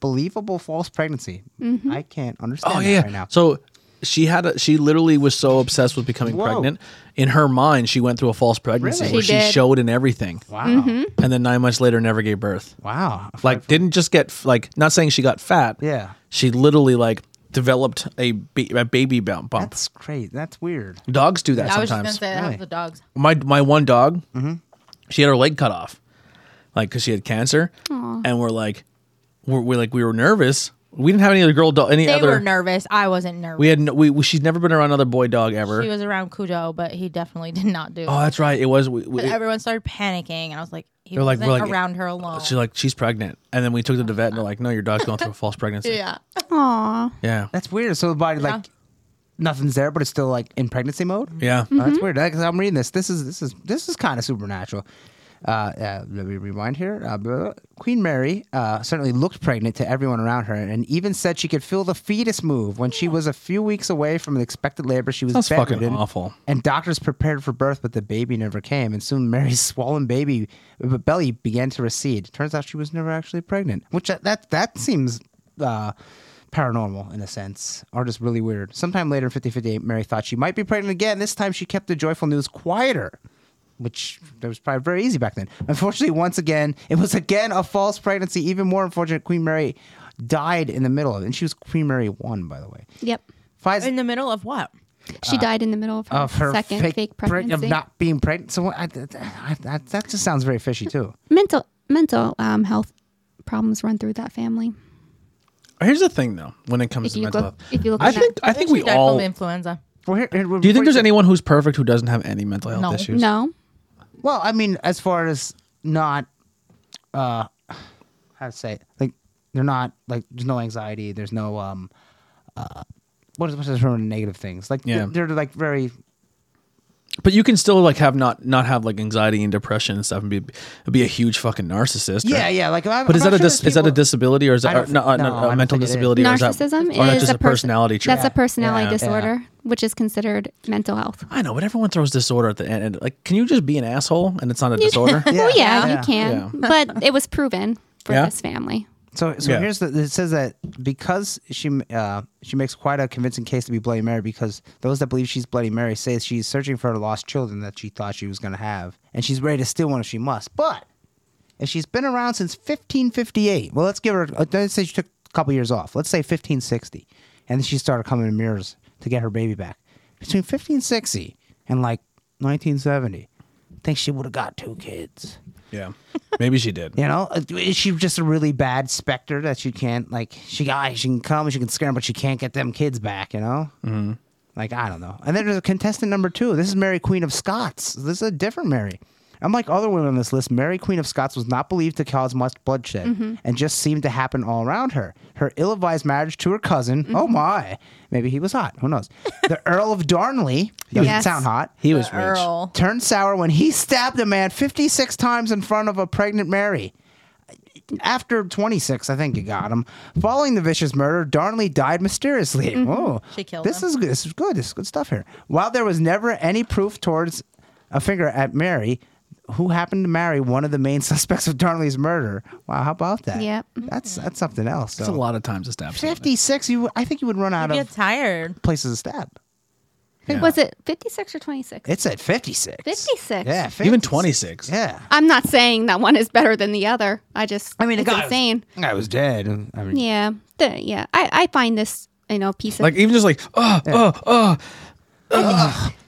believable false pregnancy. Mm-hmm. I can't understand Oh that yeah. right now. So she had a, she literally was so obsessed with becoming Whoa. pregnant. In her mind, she went through a false pregnancy Really? where She she, did. showed in everything, wow. Mm-hmm. and then nine months later never gave birth. Wow. Like didn't just get f- like not saying she got fat. Yeah. She literally like developed a, ba- a baby bump. bump. That's great. That's weird. Dogs do that I was just sometimes. gonna say that Really? with the dogs. my my one dog, she had her leg cut off, like because she had cancer, and we're like, we're, we're like we were nervous. We didn't have any other girl dog. Any They other? were nervous. I wasn't nervous. we had no, we, we she'd never been around another boy dog ever. He was around Kudo, but he definitely did not do. oh, it. that's right. It was. We, we, But everyone started panicking, and I was like, he They're like- wasn't we're like- around her alone. she's like she's pregnant, and then we took her to the vet, and they're like, no, your dog's going through a false pregnancy. [laughs] yeah, Aw. Yeah. That's weird. So the body like nothing's there, but it's still like in pregnancy mode. Yeah. Oh, that's weird. Because I'm reading this. This is this is this is kind of supernatural. Uh, uh, let me rewind here. Uh, blah, blah, blah. Queen Mary uh, certainly looked pregnant to everyone around her, and even said she could feel the fetus move when she was a few weeks away from an expected labor. She was That's fucking bedridden, awful. and doctors prepared for birth, but the baby never came, and soon Mary's [laughs] swollen baby uh, belly began to recede. Turns out she was never actually pregnant, which uh, that that seems. Uh, paranormal in a sense, or just really weird. Sometime later in 5058, Mary thought she might be pregnant again. This time she kept the joyful news quieter, which that was probably very easy back then. Unfortunately, once again, it was again a false pregnancy. Even more unfortunate, Queen Mary died in the middle of it. And she was Queen Mary 1, by the way. Yep. Fides, in the middle of what? Uh, She died in the middle of her, of her second fake, preg- pregnancy. of not being pregnant. So I, I, I, that just sounds very fishy, too. mental mental um, health problems run through that family. Here's the thing, though, when it comes If to you mental look- health, if you look I at think I think she we died all. from influenza. Well, here- here- Do you think there's before- anyone who's perfect who doesn't have any mental health No. issues? No. Well, I mean, as far as not, uh, how to say, it, like they're not like there's no anxiety, there's no um, uh, what is what's the term negative things? Like Yeah. they're, they're, like very But you can still like have not not have like anxiety and depression and stuff and be be a huge fucking narcissist. or- yeah yeah like. i But is that a dis- is that a disability or is I that don't or, no, thi- uh, no, no, I a don't mental think it is. disability? Or is that, Narcissism Oh, or that's is just a, person- personality trait. That's a personality Yeah. disorder, which is considered mental health. I know, but everyone throws disorder at the end. And, like, can you just be an asshole and it's [laughs] not a disorder? Yeah. Well, yeah, Yeah. you can, [laughs] but it was proven for Yeah. this family. So so Yeah. here's the it says that because she uh, she makes quite a convincing case to be Bloody Mary because those that believe she's Bloody Mary say she's searching for her lost children that she thought she was going to have, and she's ready to steal one if she must. But if she's been around since 1558, well, let's give her. uh, Let's say she took a couple years off. Let's say 1560, and then she started coming to mirrors to get her baby back. Between 1560 and like 1970, I think she would have got two kids. yeah, maybe she did. You know, uh, is she just a really bad specter that she can't like? She got she can come, she can scare them, but she can't get them kids back. You know, mm-hmm. like I don't know. And then there's a contestant number two. This is Mary Queen of Scots. This is a different Mary. Unlike other women on this list, Mary Queen of Scots was not believed to cause much bloodshed and just seemed to happen all around her. Her ill advised marriage to her cousin, oh my, maybe he was hot, who knows? The Earl of Darnley, doesn't Yes. sound hot, He was rich. Earl. turned sour when he stabbed a man 56 times in front of a pregnant Mary. After 26, I think you got him. Following the vicious murder, Darnley died mysteriously. Whoa. Mm-hmm. She killed this him. is good. This is good. This is good stuff here. While there was never any proof towards a finger at Mary, who happened to marry one of the main [laughs] suspects of Darnley's murder. Wow, how about that? Yep. Mm-hmm. That's that's something else. That's a so. lot of times to stab someone. 56, you I think you would run out Get of tired. places to stab. Was it 56 or 26? It's at 56. 56. Yeah, Even 56. 26. Yeah. I'm not saying that one is better than the other. I just, I mean, it's insane. I was dead. I mean, yeah, the, yeah. I, I find this, you know, piece of Like, even just like, oh, oh, oh. All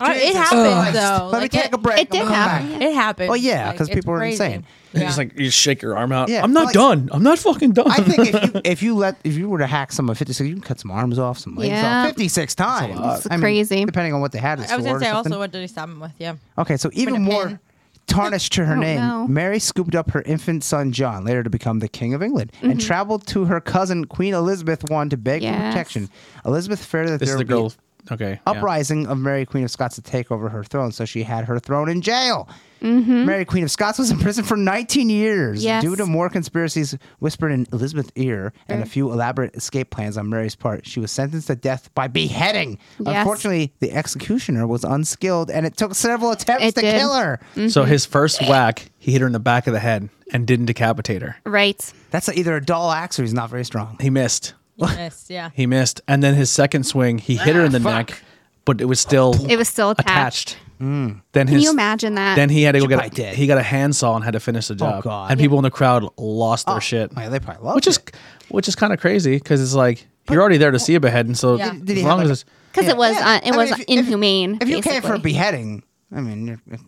right, it Jesus happened Christ. though. Let Like, me take it, a break. it did I'll come happen. back. It happened. Well, yeah, Like, 'cause it's people are crazy. insane. It's Yeah. Just like, you shake your arm out. Yeah, I'm not like- done. I'm not fucking done. [laughs] I think if you if you let if you were to hack someone fifty six, you can cut some arms off, some legs Yeah. off, fifty six times. It's crazy. depending on what they had. a I was gonna sword or say also something. [laughs] what did he stab him with? Yeah. Okay, so even a more pin. tarnished her don't name, know. Mary scooped up her infant son John, later to become the King of England, and traveled to her cousin Queen Elizabeth I to beg for Mm-hmm. Yes. protection. Elizabeth feared that This is there the would girl. be Okay. yeah. uprising of Mary Queen of Scots to take over her throne, so she had her thrown in jail. Mary Queen of Scots was in prison for 19 years Mm-hmm. Yes. due to more conspiracies whispered in Elizabeth's ear Er. and a few elaborate escape plans on Mary's part. She was sentenced to death by beheading. Yes. Unfortunately, the executioner was unskilled, and it took several attempts It to did. kill her. So Mm-hmm. his first whack, he hit her in the back of the head and didn't decapitate her. Right. That's either a dull axe or he's not very strong. He missed. Yes, [laughs] yeah. He missed. And then his second swing, he hit her in the neck, but it was still Ah, It was still attached. attached. Then his, Can you imagine that? Then he had to go probably get a, Mm. did. he got a handsaw and had to finish the job. Oh, God. And people in the crowd lost their shit, Man, they probably loved which is it. which is kind of crazy because it's like you're already there to see a beheading. So Yeah. Did he as have, long like, as it's because it was Yeah. uh, it I mean, was if you- if- inhumane. If, you came for a basically. beheading, I mean, you're- if-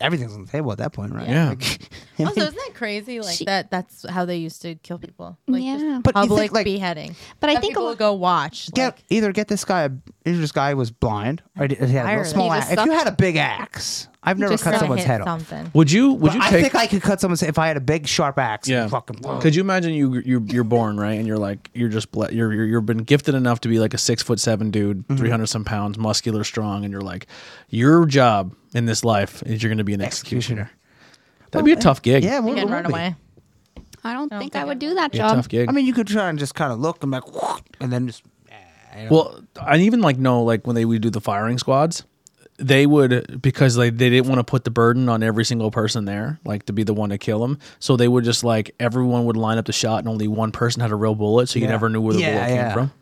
everything's on the table at that point, right? [laughs] Yeah. Like, Also, isn't that crazy? Like She- that that's how they used to kill people. Like just Yeah. But you public think, like- beheading. But I That think a people lo- will go watch. get like, either get this guy. Either this guy was blind, or he had a Fire little small them. He axe. just If you sucked. had a big axe, I've never just cut sucked. someone's hit head off. something. would you would But you I take think I could cut someone's. If I had a big sharp axe, yeah? fucking. Could you imagine you you you're born right and you're like you're just ble- you're, you're you're been gifted enough to be like a six foot seven dude, Mm-hmm. hundred some pounds, muscular, strong, and you're like your job in this life is you're going to be an executioner. executioner. That'd be a tough gig. Yeah, You what, can what run would be? away. I don't think I think would I do that Be a job. tough gig. I mean, you could try and just kind of look and be like, and then just. Well, I even like know like when they would do the firing squads, they would because like they didn't want to put the burden on every single person there, like to be the one to kill them. So they would just like everyone would line up the shot, and only one person had a real bullet, so you Yeah. never knew where the Yeah, bullet yeah. came from,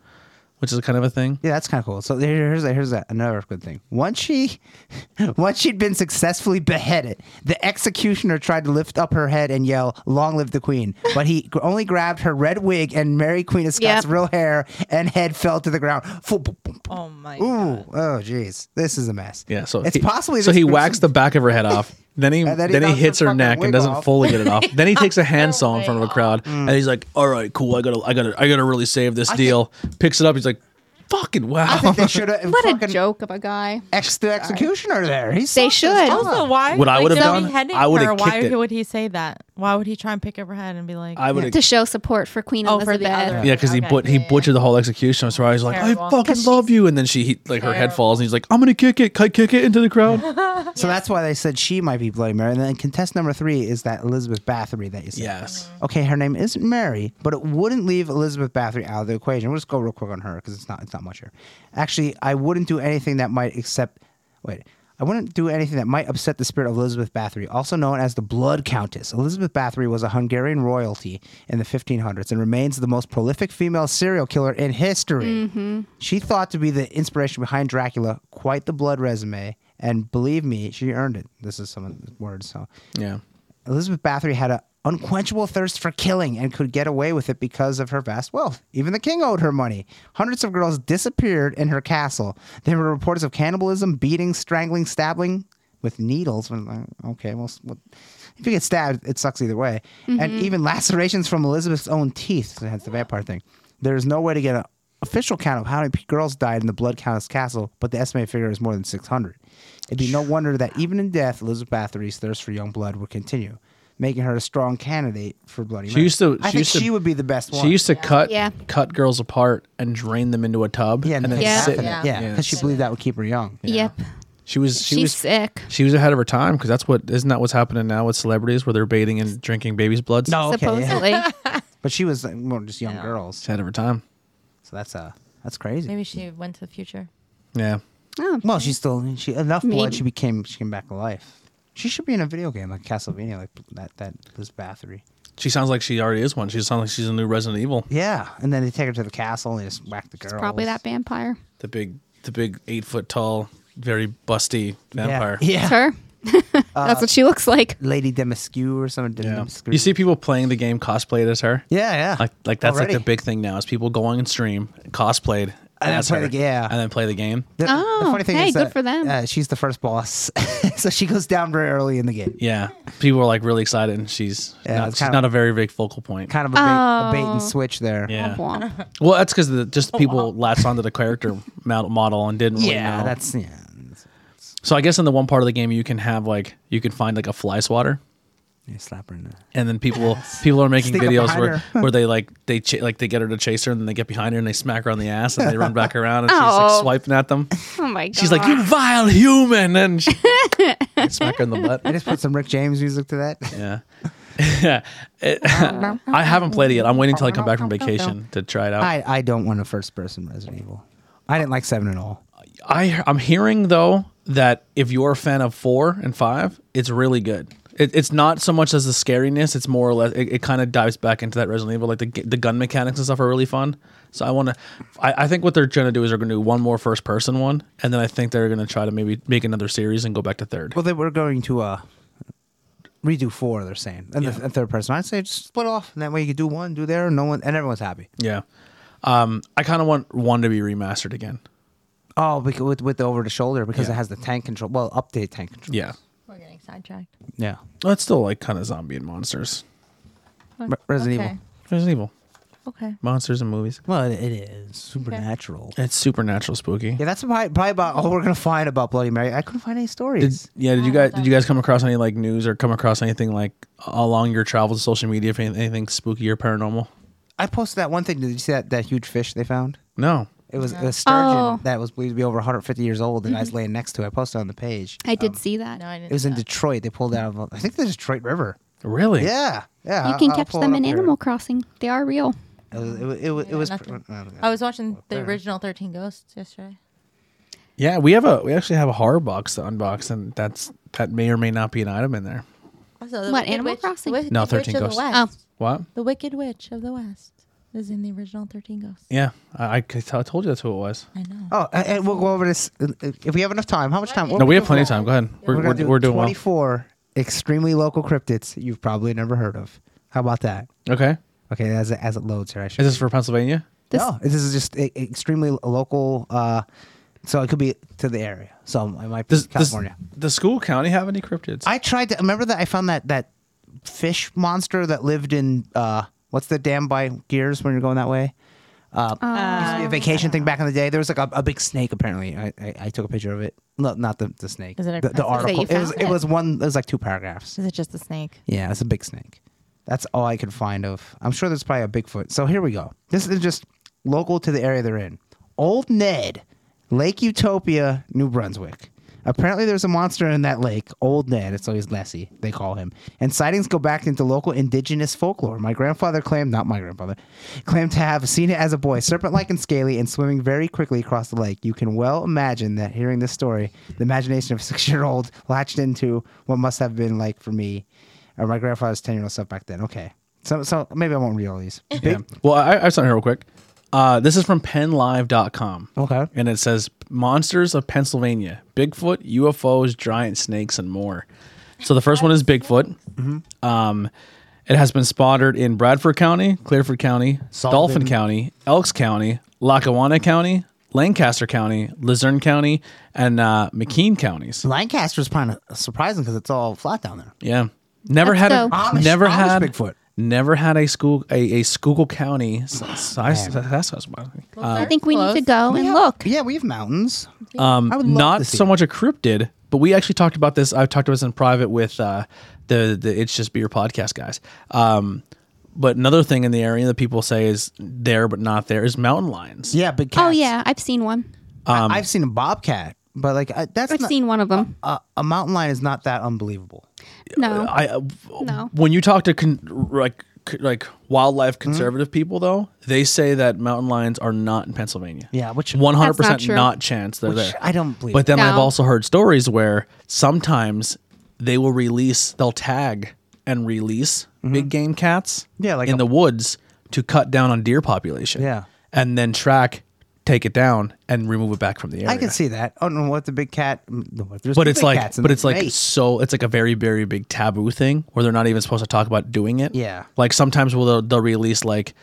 which is kind of a thing. Yeah, that's kind of cool. So there- here's here's that, another good thing. Once she, [laughs] once she'd been successfully beheaded, the executioner tried to lift up her head and yell "Long live the Queen," but he gr- only grabbed her red wig and Mary Queen of Scots' Yep. real hair and head fell to the ground. Fo- boom, boom, boom. Oh my Ooh, oh jeez, this is a mess. Yeah, so it's he, possibly so this he group's- whacks the back of her head off. Then he, And then then he he, knocks her hits her fucking neck wig and doesn't off. Mm. fully get it [laughs] off. then he takes a handsaw in way front of a crowd and he's like, "All right, cool. I gotta, I gotta, I gotta really save this deal." Picks it up. He's like, "Fucking [laughs] I wow." think they should have [laughs] What a fucking joke of a guy. ex the executioner there. He's They should. Also, why? What I like, would've so done, beheading I would've her, Why kicked it. would he say that? Why would he try and pick up her head and be like, I would To show support for Queen "Oh, Elizabeth. for the other"? Yeah, because Okay. he but- he butchered the whole execution. So I was like, I Terrible. fucking love you. And then she he, like her head falls, and he's like, I'm gonna kick it, kick, kick it into the crowd. So that's why they said she might be Bloody Mary. And then contest number three is that Elizabeth Bathory that you said. yes, Mm-hmm. Okay, her name isn't Mary, but it wouldn't leave Elizabeth Bathory out of the equation. We'll just go real quick on her because it's not it's not much here. Actually, I wouldn't do anything that might except wait. I wouldn't do anything that might upset the spirit of Elizabeth Bathory, also known as the Blood Countess. Elizabeth Bathory was a Hungarian royalty in the 1500s and remains the most prolific female serial killer in history. She thought to be the inspiration behind Dracula, quite the blood resume, and believe me, she earned it. This is some of the words. So yeah. Elizabeth Bathory had an unquenchable thirst for killing and could get away with it because of her vast wealth. Even the king owed her money. Hundreds of girls disappeared in her castle. There were reports of cannibalism, beating, strangling, stabbing with needles. When- uh, Okay, well, s- what- if you get stabbed, it sucks either way. And even lacerations from Elizabeth's own teeth, hence the vampire thing. There is no way to get an official count of how many p- girls died in the Blood Countess Castle, but the estimated figure is more than 600. It'd be no wonder that even in death, Elizabeth Bathory's thirst for young blood would continue, making her a strong candidate for Bloody Mary. used to- I she think used to- she would be the best one. She used to cut Yeah. cut girls apart and drain them into a tub. yeah, and then Yeah. sit. in yeah, it. yeah, Yeah. because she believed that would keep her young. [laughs] Yep. She was she She's was sick. she was ahead of her time because that's what isn't that what's happening now with celebrities where they're bathing and drinking babies' blood. No, okay, yeah. [laughs] supposedly. but she was like, more just young girls, she's ahead of her time. so that's uh that's crazy. Maybe she went to the future. Yeah, Oh. Well, she's still she enough blood. Maybe. She became she came back to life. She should be in a video game like Castlevania, like that that Liz Bathory. she sounds like she already is one. She sounds like she's a new Resident Evil. Yeah, and then they take her to the castle and they just whack the girls. Probably that vampire. The big the big eight foot tall, very busty vampire. Yeah, Uh, It's her. [laughs] That's what she looks like. Lady Demiscu or something. Yeah. Demiscu. You see people playing the game cosplayed as her. Yeah, yeah. Like like that's Already. like the big thing now is people going and stream cosplayed And then as play her, the- yeah. and then play the game. The, the Oh, funny thing hey, is good that, for them. Uh, she's the first boss, [laughs] so she goes down very early in the game. Yeah, people are like really excited, and she's Yeah, not, it's she's kinda- not a very big focal point. Kind of a bait, a bait and Oh. switch there. yeah, Womp [laughs] womp. well, that's because just people latched onto the character mod- model and didn't really Yeah, know. that's yeah. that's- So I guess in the one part of the game you can have like you can find like a fly swatter. You slap her in the. and then people people are making Sneak up videos behind where, her. where they like they ch- like they get her to chase her and then they get behind her and they smack her on the ass and they run [laughs] back around and she's Oh. like swiping at them. Oh my god. She's like, "You vile human!" and she, smack her in the I butt. just put some Rick James music to that. [laughs] Yeah, [laughs] yeah. It- [laughs] I haven't played it yet. I'm waiting until I come back from vacation to try it out. I, I don't want a first person Resident Evil. I didn't like seven at all. I I'm hearing though that if you're a fan of four and five, it's really good. It, it's not so much as the scariness; it's more or less. It, it kind of dives back into that Resident Evil. Like the g- the gun mechanics and stuff are really fun. So I want to. I, I think what they're trying to do is they're going to do one more first person one, and then I think they're going to try to maybe make another series and go back to third. Well, they were going to uh, redo four. They're saying and the, the third person. I'd say just split off, and that way you could do one, do there, no one, and everyone's happy. yeah. Um, I kind of want one to be remastered again. Oh, because with, with the over the shoulder because Yeah. it has the tank control. Well, update tank control. Yeah. We're getting sidetracked. Yeah. Well, it's still like kind of zombie and monsters. Re- Resident okay. Evil. Resident Evil, Okay. monsters and movies. Well, it, it is supernatural. It's supernatural, spooky. Yeah, that's probably, probably about all we're gonna find about Bloody Mary. I couldn't find any Did, stories. yeah, did you guys did you guys come across any like news or come across anything like along your travels, social media, if any- anything spooky or paranormal? I posted that one thing. Did you see that, that huge fish they found? No. It was a sturgeon Oh. that was believed to be over 150 years old, and I was laying next to. it. I posted it on the page. I did see that. No, I didn't. It was in see Detroit. They pulled out of I think the Detroit River. Really? Yeah, yeah. you I- can I'll catch pull it them up in here. Animal Crossing. They are real. It was. It was. It was, it Yeah, was nothing. Oh. pr- uh, that. I was watching the original Thirteen Ghosts yesterday. Yeah, we have a we actually have a horror box to unbox and that's that may or may not be an item in there. Also, the What, Wicked Animal Witch, Crossing? The Wicked No, Witch 13 of Ghosts. The, Oh. West. What? the Wicked Witch of the West is in the original Thirteen Ghosts. Yeah. I, I could tell- I told you that's who it was. I know. Oh, and and we'll go over this uh, uh, if we have enough time. How much time? No, we have plenty of time. Go ahead. We're We're, we're, gonna we're, do doing well. 24 extremely local cryptids you've probably never heard of. How about that? Okay. Okay, as it, as it loads here, I should. Is this for Pennsylvania? This- no, this is just e- extremely lo- local. Uh, so it could be to the area. So I might be Does, does California. the school county have any cryptids? I tried to remember that I found that that fish monster that lived in uh what's the dam by Gears when you're going that way. Uh, Um, used to be a vacation thing back in the day. There was like a, a big snake. Apparently, I, I, I took a picture of it. No, not the, the snake. Is it a the, the crescent? That you article? It was found it. it? was one. It was like two paragraphs. Is it just the snake? Yeah, it's a big snake. That's all I could find of. I'm sure there's probably a Bigfoot. So here we go. This is just local to the area they're in. Old Ned, Lake Utopia, New Brunswick. Apparently, there's a monster in that lake, Old Ned. It's always Lassie, they call him. And sightings go back into local indigenous folklore. My grandfather claimed, not my grandfather, claimed to have seen it as a boy, serpent like and scaly, and swimming very quickly across the lake. You can well imagine that hearing this story, the imagination of [laughs] a six year old latched into what must have been like for me or my grandfather's ten year old stuff back then. Okay, so so maybe I won't read all [laughs] these. Yeah. Well, I, I have something here real quick. Uh, this is from penlive.com. Okay. And it says Monsters of Pennsylvania, Bigfoot, UFOs, giant snakes, and more. So the first one is Bigfoot. Mm-hmm. Um, it has been spotted in Bradford County, Clearford County, Dolphin County, Elks County, Lackawanna County, Lancaster County, Luzerne County, and uh, McKean counties. Lancaster's kind of surprising because it's all flat down there. Yeah. Never That's had a dope. Amish- never Amish had Bigfoot. Never had a school a, a Schuylkill County. s- size- that's what's- I think we need to Close. go and look. Yeah, we have mountains. Um, I would love not to see so it. much a cryptid, but we actually talked about this. I've talked about this in private with uh, the the It's Just Beer podcast guys. Um, but another thing in the area that people say is there but not there is mountain lions. Yeah, big. Cats. Oh yeah, I've seen one. Um, I- I've seen a bobcat, but like I, that's I've not, seen one of them. uh, a mountain lion is not that unbelievable. No. I uh, No. when you talk to con- like c- like Hmm? wildlife conservative people though, they say that mountain lions are not in Pennsylvania. Yeah, which- one hundred That's not percent true. not chance they're Which there. I don't believe. But then I've No. also heard stories where sometimes they will release, they'll tag and release big game cats Mm-hmm. Yeah, like in a- the woods to cut down on deer population. Yeah. And then track, take it down, and remove it back from the area. I can see that. Oh no, what the big cat? no, what, there's But two it's big like, cats in but the it's like race. so, it's like a very, very big taboo thing where they're not even supposed to talk about doing it. Yeah. Like sometimes will they'll, they'll release like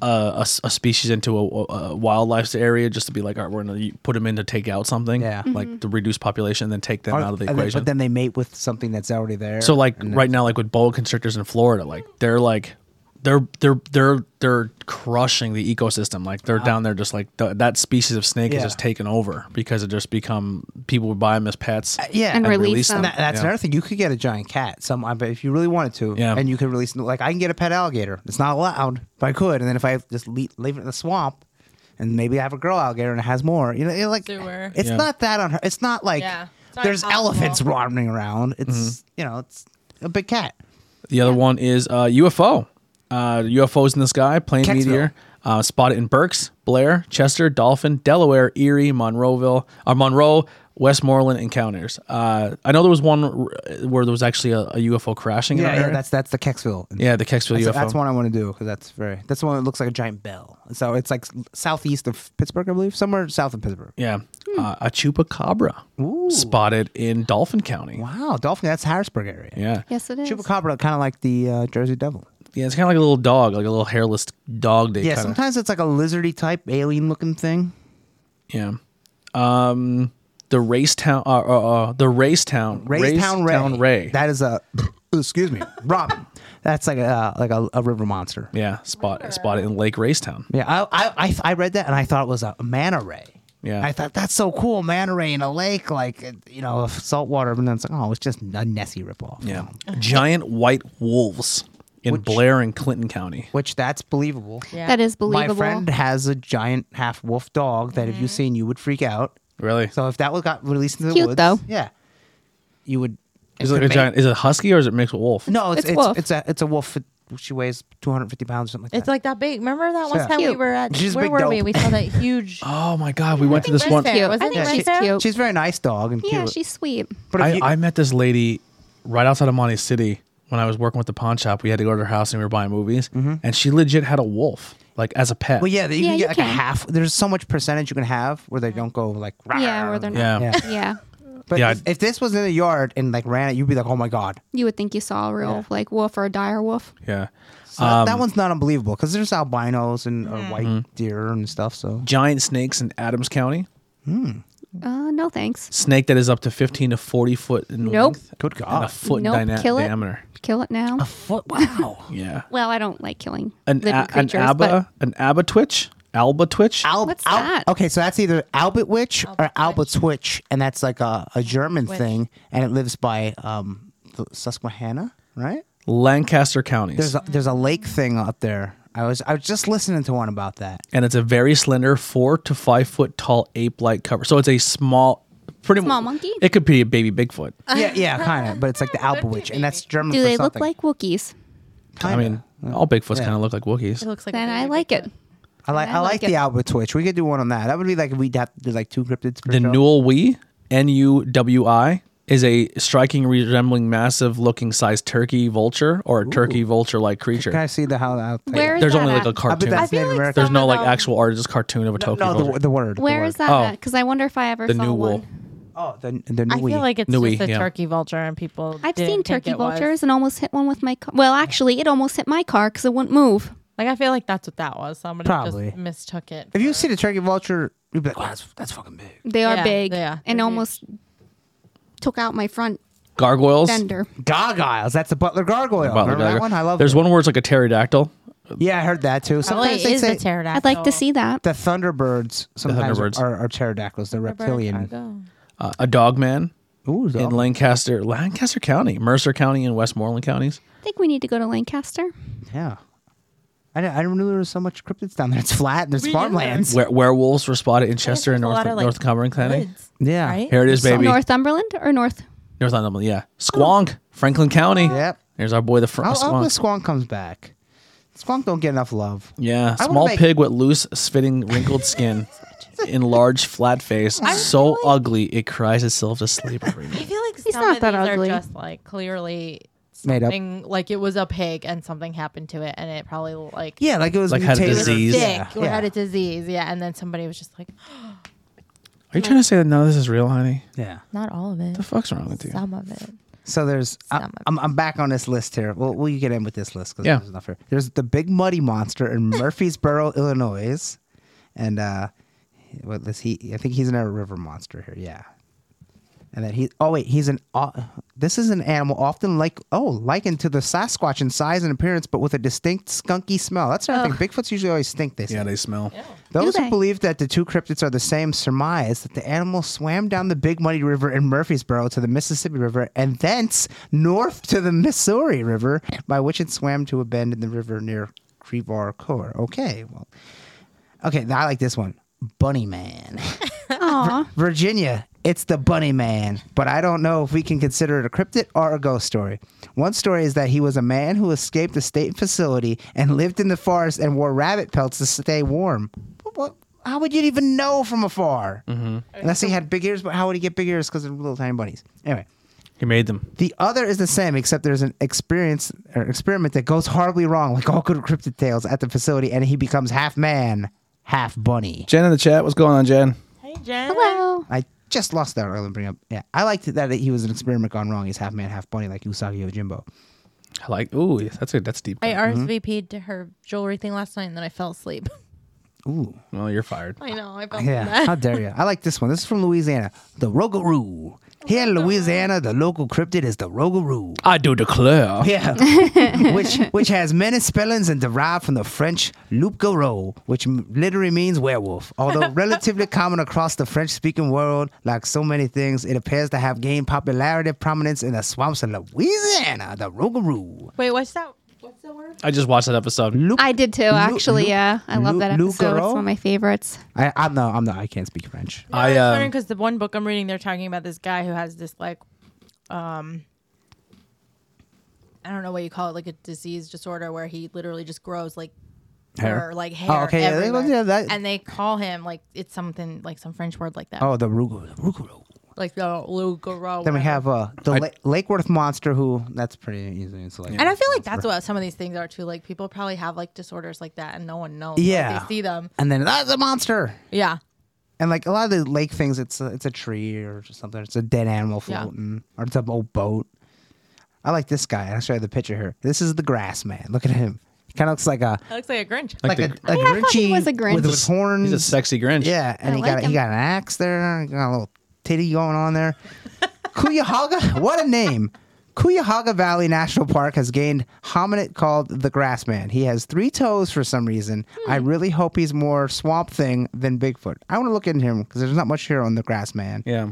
uh, a, s- a species into a, a wildlife area just to be like, all right, we're gonna put them in to take out something. Yeah. Like to reduce population, and then take them Are- out of the and then- equation. but then they mate with something that's already there. So like right now, like with boa constrictors in Florida, like they're like they're they're they're they're crushing the ecosystem. Like they're down there, just like th- that species of snake Yeah. is just taken over because it just become people would buy them as pets. Uh, yeah, And and release release Um, them. them. That, that's Yeah. another thing. You could get a giant cat. Some, I bet if you really wanted to, Yeah. And you could release, like, I can get a pet alligator. It's not allowed, but I could. And then if I just leave, leave it in the swamp, and maybe I have a girl alligator and it has more. You know, it, like, Sewer. it's Yeah. not that on her. It's not like Yeah. It's not there's impossible. elephants roaming around. It's Mm-hmm. you know, it's a big cat. The other one is uh, UFO. Uh, UFOs in the sky, plane Kecksville. meteor, uh, spotted in Berks, Blair, Chester, Dolphin, Delaware, Erie, Monroeville, uh, Monroe, Westmoreland encounters. Uh, I know there was one r- where there was actually a, a UFO crashing. in Yeah, our yeah, area. that's that's the Kecksville. yeah, the Kecksville That's, UFO. that's one I want to do because that's very that's the one that looks like a giant bell. So it's like southeast of Pittsburgh, I believe, somewhere south of Pittsburgh. Yeah, Hmm. uh, a chupacabra spotted in Dolphin County. Wow, dolphin. That's Harrisburg area. Yeah, Yes, it is. Chupacabra, kind of like the uh, Jersey Devil. yeah, it's kind of like a little dog, like a little hairless dog. They Yeah, kinda, sometimes it's like a lizardy type alien looking thing. yeah. Um, the race town, uh, uh, uh, the race town, Raystown Ray. Ray. That is a [coughs] excuse me, [laughs] Robin. That's like a uh, like a, a river monster. Yeah, spot spotted in Lake Racetown. Yeah, I, I I I read that and I thought it was a manta ray. Yeah. I thought that's so cool, manta ray in a lake, like uh, you know, salt water. And then it's like, oh, it's just a Nessie ripoff. [laughs] Yeah, giant white wolves in Blair and Clinton County. which that's believable. Yeah. That is My believable. friend has a giant half wolf dog that Mm-hmm. if you seen, you would freak out. Really? So if that was got released into the Cute, woods, though. yeah, you would. Is it like a could giant? Is it husky or is it mixed with wolf? make- No, it's It's it's wolf. it's, a it's a wolf. She weighs two hundred fifty pounds or something like It's that. like that big. Remember that one Yeah. time we Cute. were at? She's a where big were we? dope. We saw [laughs] that huge. Oh my god, we went to this that's one. fair. Cute. Wasn't I think it she's Raystown? cute. She's a very nice dog and yeah, cute. she's sweet. But if I, you- I met this lady right outside of Monte City when I was working with the pawn shop. We had to go to her house and we were buying movies, and she legit had a wolf like as a pet. Mm-hmm. Well, yeah, that you Yeah, can you get like a can. half. There's so much percentage you can have where they don't go like. Yeah, "Rawr." where they're Yeah. not. Yeah. Yeah. But Yeah, if, I- if this was in a yard and like ran it, you'd be like, oh my god. You would think you saw a real Yeah. like wolf or a dire wolf. yeah. So that Um, one's not unbelievable because there's albinos and or Mm. white Mm-hmm. deer and stuff. So Giant snakes in Adams County. Uh, no thanks. Snake that is up to fifteen to forty foot in Nope. length good and god. a foot Nope. in dyna- Kill it. diameter. Kill it now. foot. Wow. Yeah. Well, I don't like killing An living a- an creatures, but abba an abba twitch alba twitch. Al- What's Al- that? Okay, so that's either Albert Witch or Albert Twitch, and that's like a, a German thing, and it lives by um, the Susquehanna, right? Lancaster counties. There's a, there's a lake thing up there. I was I was just listening to one about [laughs] that. and it's a very slender, four to five foot tall ape like cover. So it's a small, pretty mu- Small monkey? Uh, It could be a baby Bigfoot. Yeah, yeah, kind of, but it's like the Albert Witch, and that's German. do for they look something. like Wookiees? I mean, all Bigfoots kind of look like Wookiees. It looks like. Then a I baby. like it. I like I, I like, like the it. Albert Twitch. We could do one on that. That would be like we'd have to do like two cryptids. per The show. Newell Wee, N U W I, is a striking, resembling massive looking sized turkey vulture or a turkey vulture like creature. Can I see the how? how Where is There's that only at? like a I bet cartoon. that's I feel Native like American. There's no like Some of them- actual artist cartoon of a turkey no, vulture. the, the word. the Where word. is that? Oh. Because I wonder if I ever The saw new wolf. one. Oh, the the new. I feel like it's Nui, just a yeah. turkey vulture, and people. I've didn't seen think turkey it was. vultures and almost hit one with my car. Well, actually, it almost hit my car because it wouldn't move. Like I feel like that's what that was. Somebody Probably. just mistook it. If you see the turkey vulture, you'd be like, wow, that's, that's fucking big. They are Yeah, big they are. and They're almost took out my front Gargoyles. fender. Gargoyles. That's the Butler gargoyle. About the Remember that gargoyle. one? I love. There's it. one where it's like a pterodactyl. Yeah, I heard that too. Probably Sometimes they Oh, is a say pterodactyl. I'd like to see that. the Thunderbirds. Sometimes Thunderbirds. Are, are pterodactyls. They're reptilian. Virgo. Uh, a dog man Ooh, in dog. Lancaster, Lancaster County, Mercer County, and Westmoreland counties. I think we need to go to Lancaster. yeah. I didn't, I didn't know there was so much cryptids down there. It's flat and there's farmlands. Where, werewolves were spotted in Chester and There's a North, lot of, like, Northumberland County. woods, Yeah. Right? Here it is, baby. Northumberland or [laughs] North? Northumberland, yeah. Squonk, Franklin County. Yep. There's our boy, the fr- I'll, I'll Squonk. Squonk comes back. Squonk don't get enough love. Yeah, I wanna small make- pig with loose, spitting, wrinkled [laughs] skin, enlarged, flat face, so ugly it cries itself to sleep every I night. feel like He's some not of that these ugly. are just like clearly Made up. something like it was a pig and something happened to it and it probably like Yeah, like it was Like had a mutated. disease. sick Yeah, or had yeah. a disease. Yeah, and then somebody was just like, Are you trying to say that none of this is real, honey? yeah. not all of it, The fuck's wrong with you? some of it. So there's I, Some of I'm I'm back on this list here. Well, will you get in with this list? 'cause Yeah. there's enough here. There's the Big Muddy Monster in Murfreesboro, Illinois, and uh, what is he? I think he's another river monster here. Yeah. And then he. Oh wait, he's an. au- This is an animal often like oh likened to the Sasquatch in size and appearance, but with a distinct skunky smell. That's another thing. Bigfoots usually always stink. They say. Yeah, they smell. Those they? who believe that the two cryptids are the same surmise that the animal swam down the Big Muddy River in Murfreesboro to the Mississippi River and thence north to the Missouri River, by which it swam to a bend in the river near Creebar Core. Okay, well, okay, now I like this one. Bunny Man. [laughs] Aw. Virginia, it's the Bunny Man, but I don't know if we can consider it a cryptid or a ghost story. One story is that he was a man who escaped a state facility and lived in the forest and wore rabbit pelts to stay warm. But what? How would you even know from afar? Mm-hmm. Unless he had big ears, but how would he get big ears because they're little tiny bunnies? Anyway. He made them. The other is the same, except there's an experience or experiment that goes horribly wrong, like all good cryptid tales at the facility, and he becomes half man, half bunny. Jen in the chat. What's going on, Jen? Hey, Jen. Hello. I just lost that earlier. Bring up, yeah, I liked that he was an experiment gone wrong. He's half man, half bunny, like Usagi Yojimbo. I like. Ooh, that's a that's deep. Mm-hmm. I RSVP'd to her jewelry thing last night and then I fell asleep. [laughs] Ooh, Well, you're fired. I know. I felt [laughs] yeah, [laughs] how dare you? I like this one. This is from Louisiana, the Rogaroo. Here in Louisiana, the local cryptid is the Rogaroo. I do declare. Yeah, which which has many spellings and derived from the French loup garou, which m- literally means werewolf. Although relatively common across the French-speaking world, like so many things, it appears to have gained popularity and prominence in the swamps of Louisiana. The Rogaroo. Wait, what's that? What's the word? I just watched that episode. Loup I did too, actually. yeah, I love Lu- that Lou episode. It's Garreau? one of my favorites. I, I'm not. I'm not. I can't speak French. I I was wondering um, because the one book I'm reading, they're talking about this guy who has this like, um, I don't know what you call it, like a disease disorder where he literally just grows like Hair? Oh, hair, like hair okay, yeah, they- everywhere. yeah, that- and they call him like it's something like some French word like that, Oh, the Rugu. Rugu. like the Lugaro. Then we whatever. have uh, the I- La- Lake Worth monster. Who? That's pretty easy. It's like. And I feel like that's what some of these things are too. Like people probably have like disorders like that, and no one knows. Like, Yeah. they see them. And then that's a monster. Yeah, And like a lot of the lake things, it's a, it's a tree or just something. It's a dead animal Yeah. floating, or it's an old boat. I like this guy. I'll show you the picture here. This is the grass man. Look at him. He kind of looks like a it looks like a Grinch. Like like, the- a, a Yeah, I thought he Grinchy was a Grinch. with, with horns. he's a sexy Grinch. Yeah, and I he like got a, him. he got an axe there. He got a little titty going on there. Cuyahoga, [laughs] what a name! Cuyahoga Valley National Park has gained hominid called the Grassman. He has three toes for some reason. Hmm. I really hope he's more Swamp Thing than Bigfoot. I want to look into him because there's not much here on the Grassman. Yeah.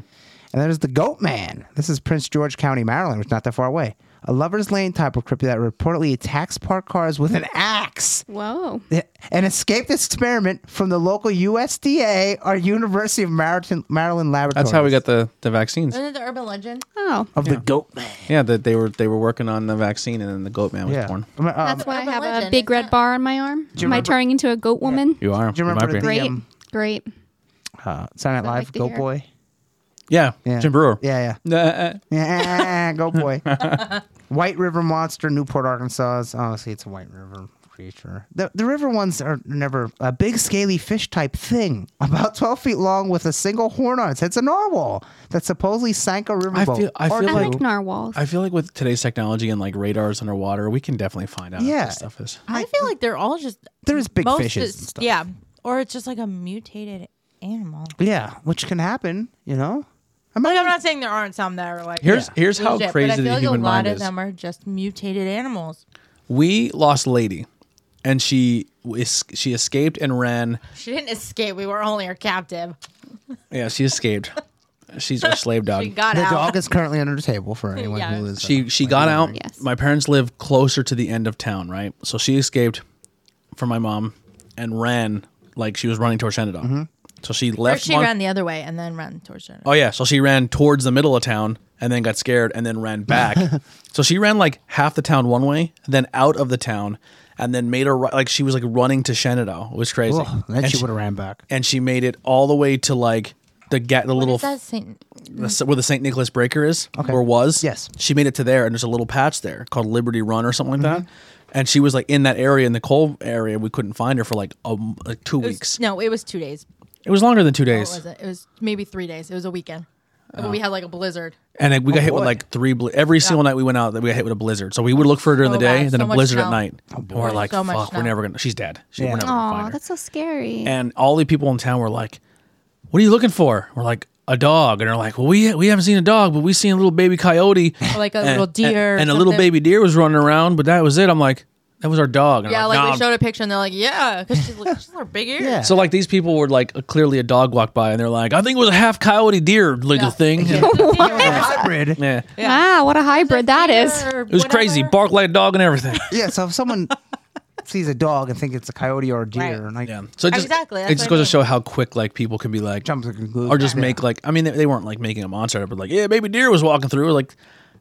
And there's the Goat Man. This is Prince George County, Maryland, which is not that far away. A lover's lane type of cryptid that reportedly attacks parked cars with an axe Whoa. an escaped experiment from the local USDA or University of Maryland, Maryland Laboratory. That's how we got the, the vaccines. Isn't it the urban legend? Oh, of the goat man. Yeah, that they were they were working on the vaccine, and then the goat man was Yeah. born. Um, um, that's why I Urban have a legend, big isn't red it? bar on my arm. Am I remember- turning into a goat woman? You are. do you remember might be. the- Great, um, great. uh, Saturday Night I like Live, to Goat hear. Boy. Yeah. Yeah. Jim Brewer. uh, Yeah, Yeah. yeah, [laughs] yeah, Goat [laughs] Boy. White River Monster, Newport, Arkansas. It's- Obviously, it's a White River creature. The the river ones are never a big scaly fish type thing, about twelve feet long with a single horn on its. It's a narwhal that supposedly sank a I riverboat. feel I Or feel I like like narwhals. I feel like with today's technology and like radars underwater, we can definitely find out Yeah. if this stuff is. I feel like they're all just There's big most fishes is- and stuff. Yeah, or it's just like a mutated animal. Yeah, which can happen, you know. I might Like I'm have- not saying there aren't some that are like Here's- here's how legit, crazy but I feel the like human a lot mind of is. them are just mutated animals. We lost a lady, and she es- she escaped and ran. She didn't escape. We were only her captive. Yeah, she escaped. She's our slave Um, dog. [laughs] She got the out. dog is currently under the table for anyone Yeah. who is. uh, she she got out. Yes. My parents live closer to the end of town, right? So she escaped from my mom and ran like she was running towards Shenandoah. Mm-hmm. So she or left. she Mon- ran the other way and then ran towards her. oh yeah, so she ran towards the middle of town and then got scared and then ran [laughs] back. so she ran like half the town one way, then out of the town, and then made her ri- like she was like running to Shenandoah. It was crazy. Ugh, then and she would have ran back. and she made it all the way to like the ga- the What little is that Saint? the, where the St. Nicholas Breaker is, or was. Yes. She made it to there, and there's a little patch there called Liberty Run or something like Mm-hmm. that. And she was like in that area, in the coal area. We couldn't find her for like, a, m- like two It weeks. was, no, it was two days. It was longer than two What days. Oh. was it? It was maybe three days. It was a weekend. But we had like a blizzard. And like, we got hit with Oh, boy. like three, bli- every single night we went out, that we got hit with a blizzard. So we would look for her during the So day, bad. and then Oh, So a much blizzard at snow. night. And we're boy. like, So much fuck, we're snow. never going to, she's dead. She, Oh, Yeah. We're never going to Aw, find her. that's so scary. And all the people in town were like, what are you looking for? We're like, a dog, and they're like, well, we we haven't seen a dog, but we seen a little baby coyote, [laughs] Or like a and- little deer, or and, and a little something. baby deer was running around, but that was it. I'm like, that was our dog. And I'm Yeah, like "Nah, they showed a picture and they're like, yeah, because she's, [laughs] like, she's got her big ears. [laughs] Yeah. So like these people were like clearly a dog walked by and they're like, I think it was a half coyote deer little [laughs] Yeah. thing. Yeah. [laughs] hybrid. [laughs] yeah. Wow, what a hybrid that is. It was crazy. Bark like a dog and everything. Yeah, so if someone sees a dog and think it's a coyote or a deer, Right. and like Yeah. So it just, Exactly, that's It just what I goes to mean. show how quick like people can be like jumps to conclusion, or just Yeah. make like I mean they, they weren't like making a monster out of it, but like yeah baby deer was walking through like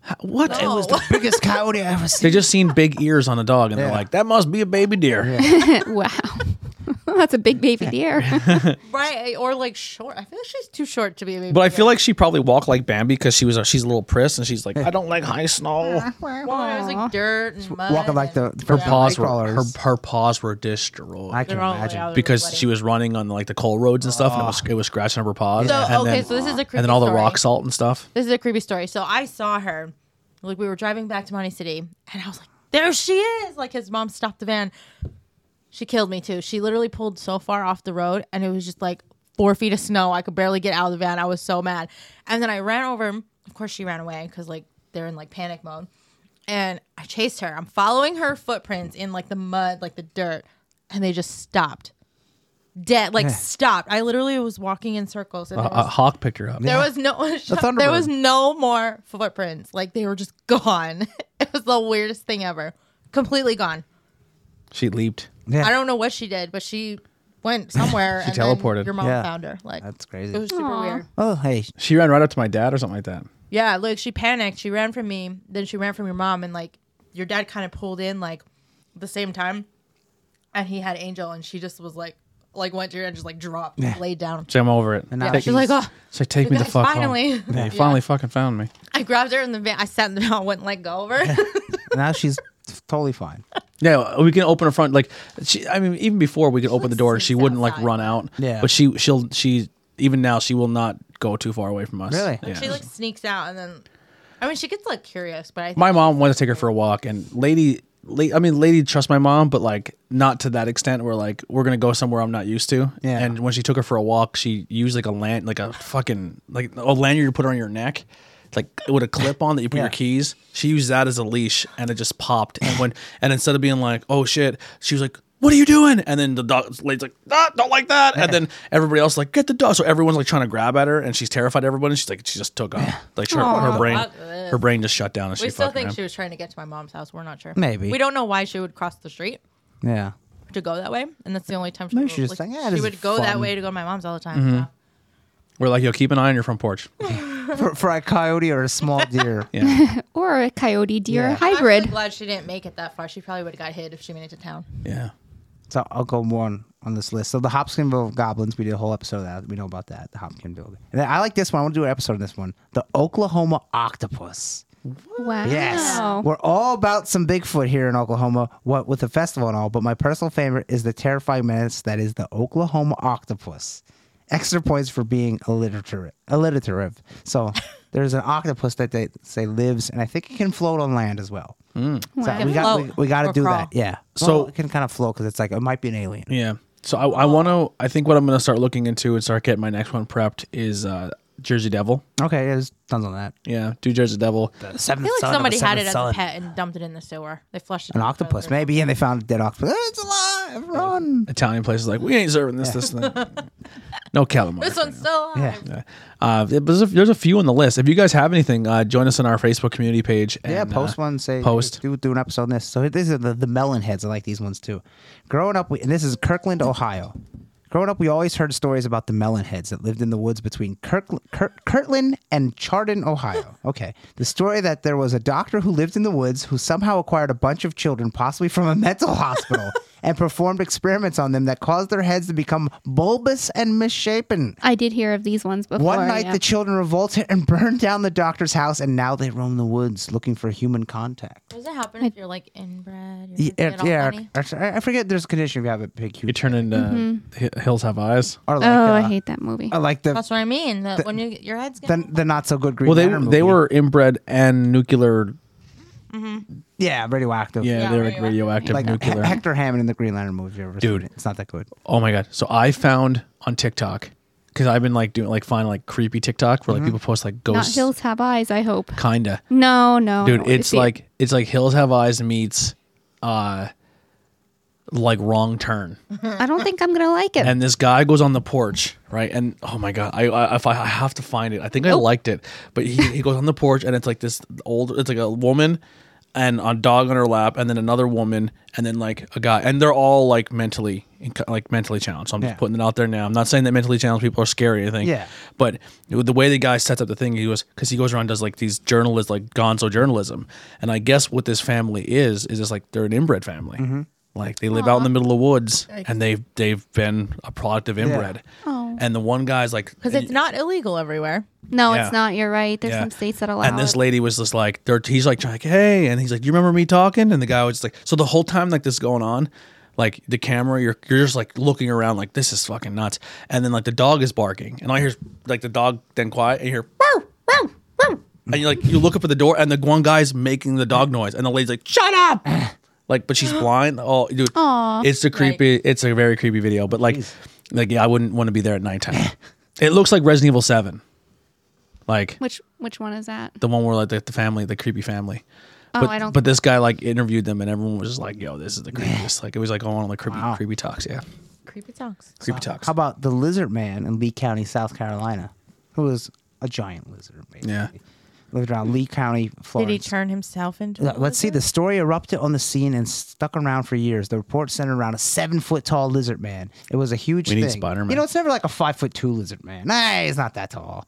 h- what No. It was- the biggest coyote I ever they seen. just seen big ears on a dog and Yeah. they're like that must be a baby deer. [laughs] wow. [laughs] That's a big baby [laughs] deer. Right, eh, or like short. I feel like she's too short to be a baby. But I feel like she probably walked like Bambi because she was a, she's a little priss and she's like I don't like high snow. Well, it was like dirt and mud. Walking like the and- Her freaking paws were her, Nightcrawlers. her paws were destroyed. I can They're all the way imagine. out of the because bloody- she was running on like the coal roads and stuff, and it was it was scratching up her paws. So, and okay, then, so this is a creepy and then all the story. rock salt and stuff. This is a creepy story. So I saw her, like we were driving back to Monte City, and I was like, "There she is!" Like his mom stopped the van. She killed me too. She literally pulled so far off the road, and it was just like four feet of snow. I could barely get out of the van. I was so mad. And then I ran over. Of course, she ran away because like they're in like panic mode. And I chased her. I'm following her footprints in like the mud, like the dirt, and they just stopped. Dead, like stopped. I literally was walking in circles. And A, there was a hawk picked her up. there was no [laughs] there Thunderbird. was no more footprints. Like they were just [laughs] gone. It was the weirdest thing ever. Completely gone. She leaped. Yeah. I don't know what she did, but she [laughs] went somewhere and teleported. Then your mom Yeah. found her. Like That's crazy. it was super weird. oh, hey, She ran right up to my dad or something like that. Yeah, like she panicked. She ran from me. Then she ran from your mom, and like your dad kind of pulled in like at the same time, and he had Angel, and she just was like like went to her and just like dropped, laid down. So I'm over it. And now Take- She's like, oh. she's like, take me the guys fuck home." finally- [laughs] They finally fucking found me. I grabbed her in the van. I sat in the van. I wouldn't let go [laughs] of her. now she's totally fine. Yeah, we can open her front. Like, she, I mean, even before we could open the door, she sneaks wouldn't like outside. run out. Yeah. But she she'll she even now she will not go too far away from us. Really? Yeah. She like sneaks out and then, I mean, she gets like curious, but I think my mom wanted to take her for a walk and lady la- i mean lady trust my mom but like not to that extent where like we're gonna go somewhere i'm not used to Yeah. and when she took her for a walk she used like a land like a fucking like a lanyard you put on your neck like with a clip on that you put Yeah. your keys she used that as a leash and it just popped and when and instead of being like oh shit she was like what are you doing? And then the dog lady's like, ah, don't like that. And then everybody else is like, get the dog. So everyone's like trying to grab at her, and she's terrified. of Everybody, she's like, she just took off. Like her, her brain, Fuck this. her brain just shut down. And we she still fucking think ran. she was trying to get to my mom's house. We're not sure. Maybe. we don't know why she would cross the street [laughs] Yeah. to go that way, and that's the only time she, Maybe would, she just like, think, "Yeah, this she is would go that fun." Mm-hmm. way to go to my mom's all the time. Yeah. We're like, yo, keep an eye on your front [laughs] porch. For, for a coyote or a small deer. Yeah. or a coyote deer Yeah. I'm hybrid. really glad she didn't make it that far. She probably would have got hit if she made it to town. yeah. So I'll go one on this list. So the Hopkinsville Goblins, we did a whole episode of that. We know about that, the Hopkinsville. And then I like this one. I want to do an episode on this one. The Oklahoma Octopus. wow. Yes. Oh. We're all about some Bigfoot here in Oklahoma, what with the festival and all, but my personal favorite is the terrifying menace that is the Oklahoma octopus. Extra points for being alliterative. alliterative. [laughs] So there's an octopus that they say lives, and I think it can float on land as well. So we got we, Hmm. Float we got to or do crawl. that. Yeah. So- Well, it can kind of float because it's like it might be an alien. Yeah. So I, I want to, I think what I'm going to start looking into and start getting my next one prepped is uh, Jersey Devil. Okay, yeah, there's tons on that. Yeah. Do Jersey Devil. I feel like somebody had it as a pet and dumped it in the sewer. They flushed it. An down the octopus, toilet. maybe, and they found a dead octopus. Ah, It's alive! Run! Italian place is like, we ain't serving this, this, and [laughs] that. No calamari. This one's still alive. Yeah. Uh, there's, a, there's a few on the list. If you guys have anything, uh, join us on our Facebook community page. And, Yeah, post uh, one. Say post. Do, do an episode on this. So these are the the melon heads. I like these ones too. Growing up, we, and this is Kirkland, Ohio. Growing up, we always heard stories about the melon heads that lived in the woods between Kirk, Kirk, Kirtland and Chardon, Ohio. Okay, the story that there was a doctor who lived in the woods who somehow acquired a bunch of children, possibly from a [laughs] mental hospital, and performed experiments on them that caused their heads to become bulbous and misshapen. I did hear of these ones before. One night, yeah. the children revolted and [laughs] burned down the doctor's house, and now they roam the woods looking for human contact. Does it happen if you're like inbred? Yeah, You're just get all yeah, funny? or- or- I forget. There's a condition if you have a big You huge, turn into Mm-hmm. Hi- Hills Have Eyes. or like, oh, I uh, hate that movie. or like the, That's what I mean. That when you your head's the gonna the not so good Green Well, they, Lantern they movie. were inbred and nuclear. yeah radioactive. Yeah, they were radioactive. radioactive like nuclear. H- Hector Hammond in the Green Lantern movie. if you ever seen Dude. it. it's not that good. Oh my god! So I found on TikTok because I've been like doing like finding like creepy TikTok where like people post like Mm-hmm. Not ghosts, hills have eyes. I hope. kinda. No, no, I don't Dude, wanna it's see it. like it's like Hills Have Eyes meets, uh, like Wrong Turn. I don't think I'm gonna like it. and this guy goes on the porch, right? And oh my god, I, I if I, I have to find it. I think I liked it, but he, he goes on the porch and it's like this old, it's like a woman and a dog on her lap, and then another woman, and then like a guy, and they're all like mentally inc- like mentally challenged. So I'm Yeah. just putting it out there now. I'm not saying that mentally challenged people are scary or anything. Yeah. But the way the guy sets up the thing, he goes because he goes around and does like these journalist like Gonzo journalism, and I guess what this family is is it's like they're an inbred family. Like they live out in the middle of woods, and they've they've been a product of inbred. Oh. And the one guy's like, because it's not illegal everywhere. no, yeah. it's not. You're right. There's Yeah. some states that allow. and this it. lady was just like, they're, he's like, trying, like, hey, and he's like, you remember me talking? And the guy was just like, so the whole time like this is going on, like the camera, you're you're just like looking around, like this is fucking nuts. And then like the dog is barking, and all I hear is like the dog then quiet, and you hear, "Meow, meow, meow." and you like you look up at the door, and the one guy's making the dog noise, and the lady's like, shut up. Like, but she's blind. Oh, dude, Aw. it's a creepy. It's a very creepy video. But like, like yeah, I wouldn't want to be there at nighttime. it looks like Resident Evil Seven. Like, which which one is that? the one where like the, the family, the creepy family. Oh, but, I don't- But this guy like interviewed them, and everyone was just like, "Yo, this is the creepiest." like it was like on all the creepy, Wow. creepy talks. Yeah, Creepy talks. creepy talks. How about the lizard man in Lee County, South Carolina, who was a giant lizard? Basically. Yeah. lived around Lee County, Did Florida. he turn himself into? Uh, a Let's see. lizard? The story erupted on the scene and stuck around for years. The report centered around a seven-foot-tall lizard man. It was a huge We thing. need Spider-Man. You know, it's never like a five-foot-two lizard man. Nah, he's not that tall.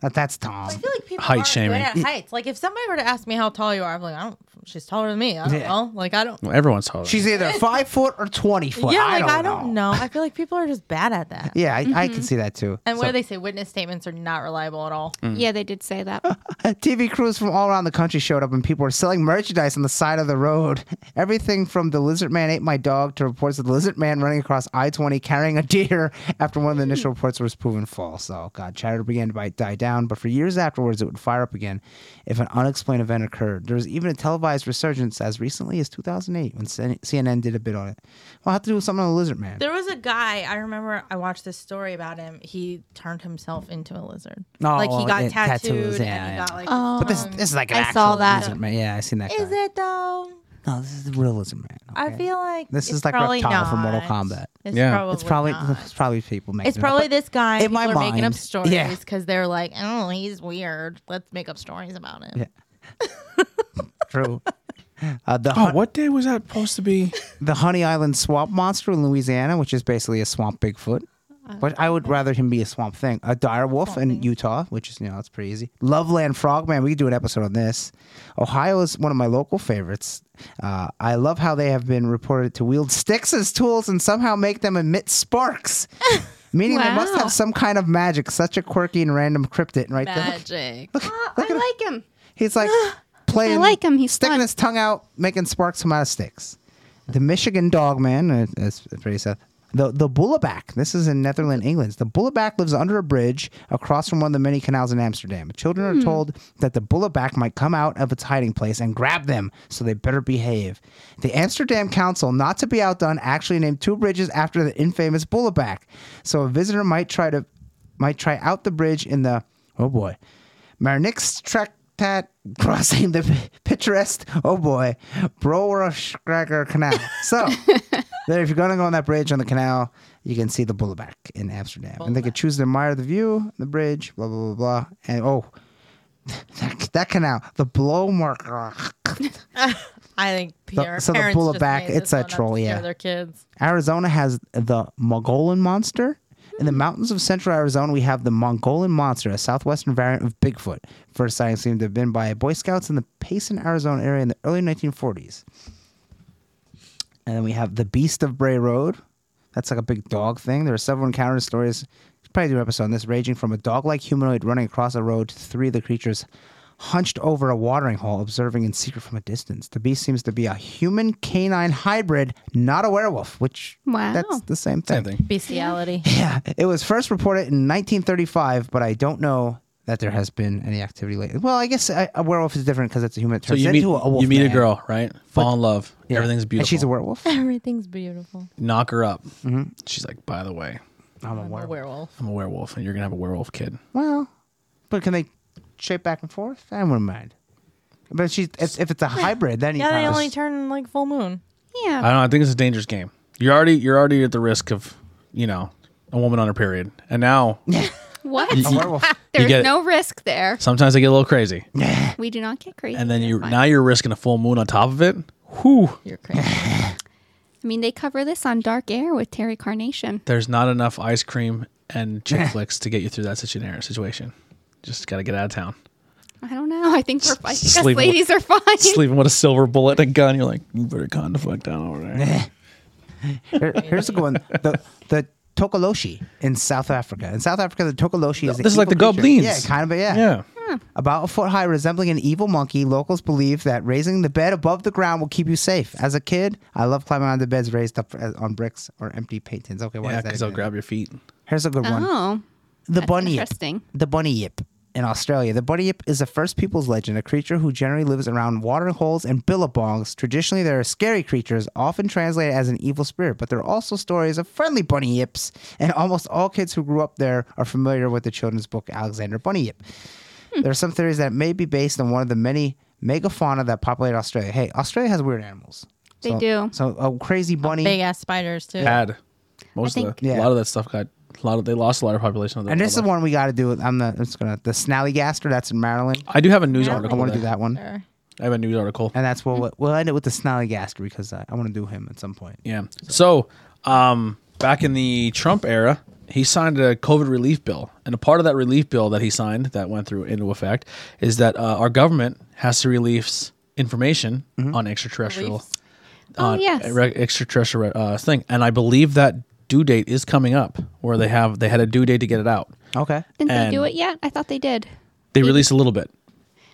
That, that's Tom. I feel like people Height aren't shaming. good at heights. Like if somebody were to ask me how tall you are, I'm like, I don't. She's taller than me. I don't Yeah. know. Like I don't. Well, everyone's taller. She's either five foot or twenty foot. yeah, I like don't I don't know. I feel like people are just bad at that. [laughs] Yeah, I, I can see that too. And what So- Mm. do they say? Witness statements are not reliable at all. Mm. Yeah, they did say Uh, that. TV crews from all around the country showed up, and people were selling merchandise on the side of the road. [laughs] Everything from the lizard man ate my dog to reports of the lizard man running across I twenty carrying a deer. [laughs] After one of the Hmm. initial reports was proven false, so God, chatter began to die down. But for years afterwards, it would fire up again if an unexplained event occurred. There was even a televised resurgence as recently as two thousand eight when CNN did a bit on it. Well, I have to do with something on the lizard man. There was a guy I remember. I watched this story about him. He turned himself into a lizard. Oh, like he well, got yeah, tattooed tattoos, and yeah, he yeah. got like. but this, this is like an I actual saw that. lizard man. Yeah, I seen that. Is guy. it though? No, this is the real lizard man. I okay? feel like This it's is like probably Reptile from Mortal not. Kombat. It's Yeah. probably It's probably not. [laughs] it's probably people making. It's it up. probably this guy. in my people are making up mind, stories yeah. because they're like, oh, he's weird. Let's make up stories about him. Yeah. true. [laughs] Uh, the oh, hun- what day was that supposed to [laughs] be? the Honey Island swamp monster in Louisiana, which is basically a swamp Bigfoot. But I would rather him be a swamp thing. A dire wolf in Utah, which is, you know, that's pretty easy. Loveland Frogman, we could do an episode on this. Ohio is one of my local favorites. Uh, I love how they have been reported to wield sticks as tools and somehow make them emit sparks, meaning they must Wow. have some kind of magic, such a quirky and random cryptid, right? there. Magic. Oh, I like him. He's like playing. [gasps] I like him. He's sticking fun. his tongue out, making sparks come out of sticks. The Michigan dog man. uh, That's pretty sad. The the bullaback. This is in Netherland, England. The bullaback lives under a bridge across from one of the many canals in Amsterdam. Hmm. Children are told that the bullaback might come out of its hiding place and grab them, so they better behave. The Amsterdam Council, not to be outdone, actually named two bridges after the infamous bullaback. So a visitor might try to might try out the bridge in the oh boy Marnixtraktat crossing the picturesque, oh boy, Broerschrager Canal. So, there, if you're going to go on that bridge on the canal, you can see the Boulevard in Amsterdam. And they could choose to admire the view, the bridge, blah, blah, blah, blah. And oh, [laughs] that, that canal, the Blowmark. I think Pierre. so the parents just Bullaback, made this it's a one up to troll, scare yeah. Their kids. Arizona has the Mogollon monster. In the mountains of central Arizona, we have the Mongolian monster, a southwestern variant of Bigfoot. First sightings seem to have been by Boy Scouts in the Payson, Arizona area in the early 1940s. And then we have the Beast of Bray Road. That's like a big dog thing. There are several encounter stories. Should Probably do an episode on this, ranging from a dog-like humanoid running across a road to three of the creatures hunched over a watering hole, observing in secret from a distance. The beast seems to be a human canine hybrid, not a werewolf, which Wow. that's the same thing. Same thing. [laughs] Bestiality. Yeah, it was first reported in 1935, but I don't know that there has been any activity lately. Well, I guess uh, a, a werewolf is different because it's a human. It So turns you meet into a wolf. you meet a man. girl, right? Fall in love. Yeah. [laughs] Everything's beautiful. And she's a werewolf. Everything's beautiful. Mm-hmm. Knock her up. She's like, by the way, I'm a A werewolf. werewolf. I'm a werewolf, and you're gonna have a werewolf kid. Well, but can they shape back and forth? I wouldn't mind. But she's if, if it's a hybrid, then you Yeah, they probably- only turn like full moon. Yeah. I don't. know. I think it's a dangerous game. You're already you're already at the risk of, you know, a woman on her period, and [laughs] now [laughs] what? a [laughs] werewolf. You There's get it. no risk there. sometimes they get a little crazy, We do not get crazy. and then It's you fine. now you're risking a full moon on top of it. Whew. You're crazy. I mean, they cover this on Dark Air with Terry Carnation. There's not enough ice cream and [laughs] chick flicks to get you through that situation. Situation. Just gotta get out of town. I don't know. I think we're fine. Just Us leave 'em- ladies are fine. Sleeping with a silver bullet and a gun. You're like, you better calm the fuck down over there. [laughs] Here- here's a good one. The the Tokoloshi in South Africa. In South Africa, the Tokoloshi is an This is like evil the creature. goblins. Yeah, kind of. Yeah. Yeah. About a foot high, resembling an evil monkey, locals believe that raising the bed above the ground will keep you safe. As a kid, I love climbing onto beds raised up uh, on bricks or empty paint tins. Okay, why Yeah, is that? because they'll again? grab your feet. Here's a good one. Oh, The That's bunny interesting. Yip. The bunny yip in Australia. The bunny yip is a first people's legend, a creature who generally lives around water holes and billabongs. Traditionally, they are scary creatures, often translated as an evil spirit, but there are also stories of friendly bunny yips, and almost all kids who grew up there are familiar with the children's book Alexander Bunny Yip. Hmm. There are some theories that it may be based on one of the many megafauna that populate Australia. Hey, Australia has weird animals. They So- do. So a crazy bunny. Big ass spiders too. Had most of think- the, Yeah. a lot of that stuff got a lot of they lost a lot of population. Of the, and this is of the- one we got to do. I'm the. It's gonna the Snallygaster. That's in Maryland. I do have a news Oh, I article. I want to do there. that one. Sure. I have a news article. and that's what we'll, we'll end it with the Snallygaster because I, I want to do him at some point. Yeah. So, um, back in the Trump era, he signed a COVID relief bill, and a part of that relief bill that he signed that went through into effect is that uh, our government has to release information on extraterrestrial, Beliefs. Oh, on yes. re- extraterrestrial uh, thing, and I believe that due date is coming up, where they have they had a due date to get it out. Okay. Didn't they and- do it yet? I thought they did. They released a little bit.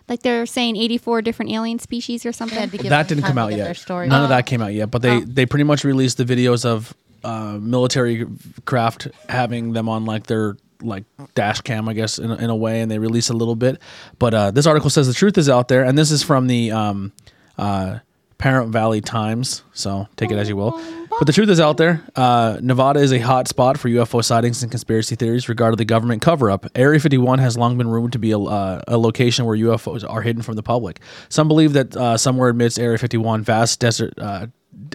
Like they're saying 84 different alien species or They had to something. give that them didn't time come to out get Their yet. story. Oh. None of that came out yet. But they they pretty much released the videos of uh, military craft having them on like their like dash cam, I guess, in, a- in a way, and they release a little bit. But uh, this article says the truth is out there, and this is from the um, uh, Parent Valley Times, so take it as you will. But the truth is out there. Uh, Nevada is a hot spot for UFO sightings and conspiracy theories regarding the government cover up. Area 51 has long been rumored to be a, uh, a location where UFOs are hidden from the public. Some believe that uh, somewhere amidst Area 51, vast desert. Uh,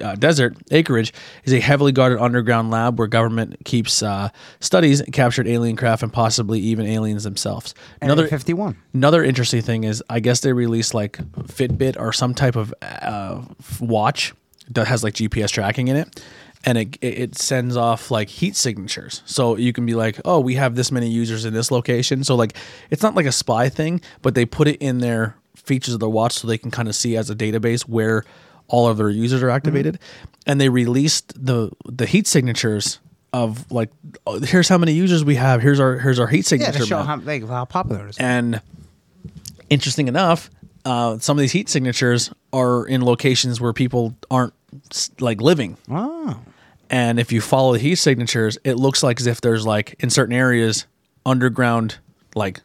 uh, desert acreage is a heavily guarded underground lab where government keeps uh, studies captured alien craft and possibly even aliens themselves. Another 51. Another interesting thing is, I guess they released like Fitbit or some type of uh, f- watch that has like GPS tracking in it, and it it- it sends off like heat signatures. So you can be like, oh, we have this many users in this location. So like, it's not like a spy thing, but they put it in their features of their watch so they can kind of see as a database where all of their users are activated, Mm-hmm. and they released the the heat signatures of like, oh, here's how many users we have. Here's our here's our heat Yeah, signature. to show map. how, like, how popular it is. And interesting enough, uh, some of these heat signatures are in locations where people aren't s- like living. Oh. And if you follow the heat signatures, it looks like as if there's like in certain areas underground like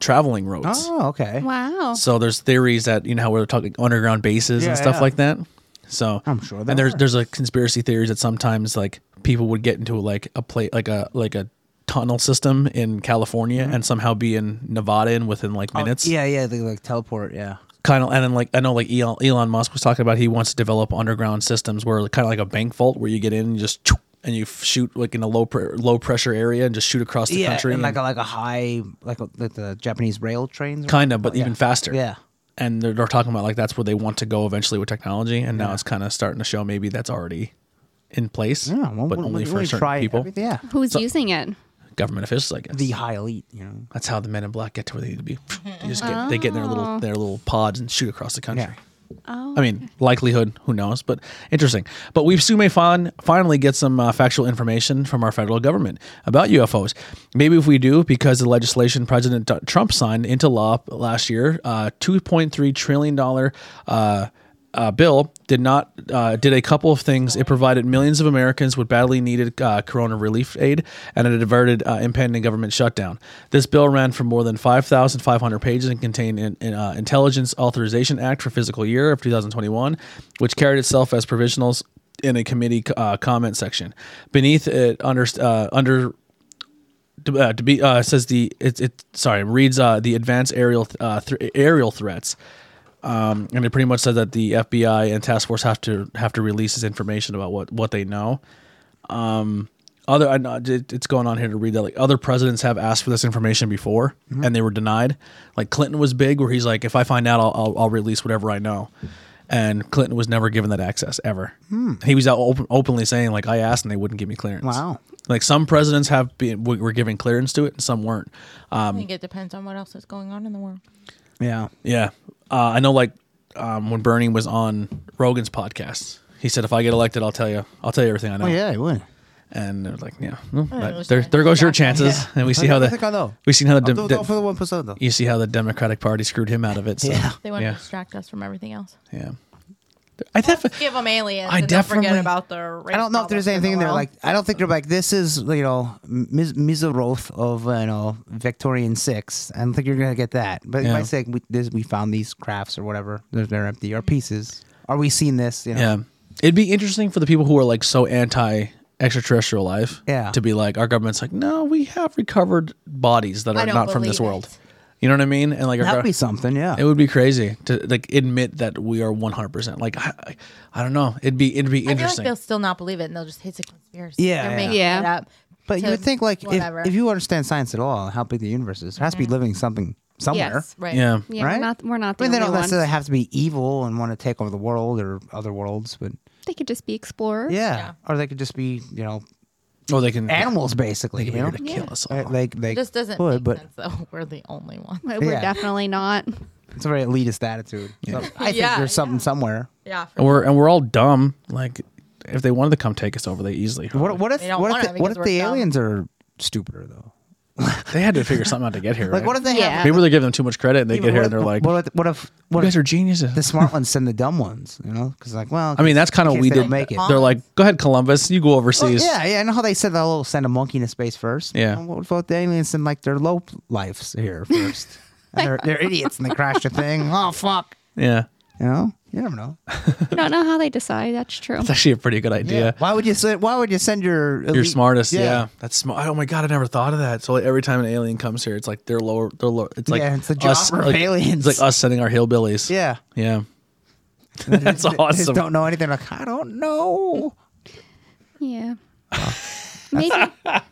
traveling roads. Oh, okay. Wow. So there's theories that you know how we're talking underground bases Yeah, and stuff yeah. like that. So I'm sure there and there's are. there's like conspiracy theories that sometimes like people would get into like a plate like a like a tunnel system in California and somehow be in Nevada and within like minutes. Mm-hmm. Oh, Yeah, yeah, they like teleport, yeah. Kind of and then like I know like Elon, Elon Musk was talking about he wants to develop underground systems where kind of like a bank vault where you get in and you just and you shoot like in a low pre- low pressure area and just shoot across the yeah, country and like and- a, like a high like, a, like the Japanese rail trains. or- kind of but even faster Yeah. and they're, they're talking about like that's where they want to go eventually with technology and now it's kind of starting to show maybe that's already in place Yeah, well, but we- only we- for we certain try people everything- Yeah. Who's using it? government officials i guess The high elite, you know. that's how the men in black get to where they need to be they just get they get in their little their little pods and shoot across the country Oh. I mean, likelihood, who knows, but interesting. But we soon may fin- finally get some uh, factual information from our federal government about UFOs. Maybe if we do, because the legislation President D- Trump signed into law last year, uh, $2.3 trillion uh, uh, bill did not uh, did a couple of things. It provided millions of Americans with badly needed uh, corona relief aid, and it averted uh, impending government shutdown. This bill ran for more than five thousand five hundred pages and contained an an, uh, Intelligence Authorization Act for fiscal year of two thousand twenty one, which carried itself as provisionals in a committee uh, comment section. Beneath it, under uh, under to, uh, to be uh, says the it, it sorry reads uh, the advanced aerial th- uh, th- aerial threats, um, and it pretty much said that the FBI and task force have to have to release this information about what what they know. Um, other I know it, it's going on here to read that like other presidents have asked for this information before and they were denied. Like Clinton was big where he's like, if I find out, I'll I'll, I'll release whatever I know. And Clinton was never given that access ever. He was out open, openly saying like I asked and they wouldn't give me clearance. Wow. Like some presidents have been w- were giving clearance to it, and some weren't. I think it depends on what else is going on in the world. Yeah. Yeah, uh, I know. Like um, when Bernie was on Rogan's podcast, he said, "If I get elected, I'll tell you. I'll tell you everything I know." Oh yeah, it would. And they're like, "Yeah, well, that- was there, nice. there goes your chances." And we see how think I know. the we seen how the, Do it de- all for the one percent though. you see how the Democratic Party screwed him out of it. So, Yeah. They want Yeah. to distract us from everything else. yeah. I definitely Give them aliens. I and don't forget definitely- about the. Race I don't know if there's anything in there. Like, I don't think they're like this is you know mis- Miseroth of you know Victorian six. I don't think you're gonna get that. But Yeah. by saying we, this, we found these crafts or whatever, they're, they're empty or pieces. Are we seeing this? You know? Yeah. It'd be interesting for the people who are like so anti extraterrestrial life Yeah. to be like, our government's like, no, we have recovered bodies that I are don't not from believe this world. it. You know what I mean? And like, our That'd gov- be something. Yeah. it would be crazy to like admit that we are 100%. Like, I, I, I don't know. It'd be, it'd be I feel like interesting. they'll still not believe it, and they'll just it's a conspiracy. Yeah, They're yeah. making Yeah. it up. but you to would think like if, whatever. if you understand science at all, how big the universe is, there has to be living something somewhere. Yes. right. yeah. Yeah, Right? we're not we're not I the mean, they only don't ones. necessarily have to be evil and want to take over the world or other worlds, but They could just be explorers. yeah, Yeah. or they could just be you know Or they can, animals basically. they're You know? here to kill us all. Uh, Like they It just doesn't could, make but sense though. [laughs] We're the only one. But We're Yeah. definitely not. It's a very elitist attitude. So I think Yeah, there's something somewhere. Yeah. and we're, and we're all dumb. Like, if they wanted to come take us over, they easily. What, what if They don't what want if, it the, what because if we're the dumb. aliens are stupider though? they had to figure something out to get here. [laughs] Like right? what if they Yeah. have People they give them too much credit, and they get here what and they're if- like, what if what if, "You what if guys are geniuses." the smart ones send the dumb ones? You know, because like well, I mean, that's kind of kids we didn't did. make it. They're like, go ahead, Columbus, you go Well, overseas. yeah, yeah. I know how they said they'll send a monkey into space first. Yeah. Well, what about the aliens and like their low lives here first? [laughs] and they're, they're idiots and they crash the thing. Oh fuck! yeah, You know, you [laughs] never know. I don't know how they decide. That's true. It's actually a pretty good idea. Why would you send? Why would you send your You're elite- smartest. Yeah, that's smart. Oh my god, I never thought of that. So like, every time an alien comes here, it's like they're lower. They're lower. It's like Yeah, it's the jobber of like- aliens. It's like us sending our hillbillies. Yeah. yeah. that's They just awesome. don't know anything. Like I don't know. [laughs] Yeah. [laughs] maybe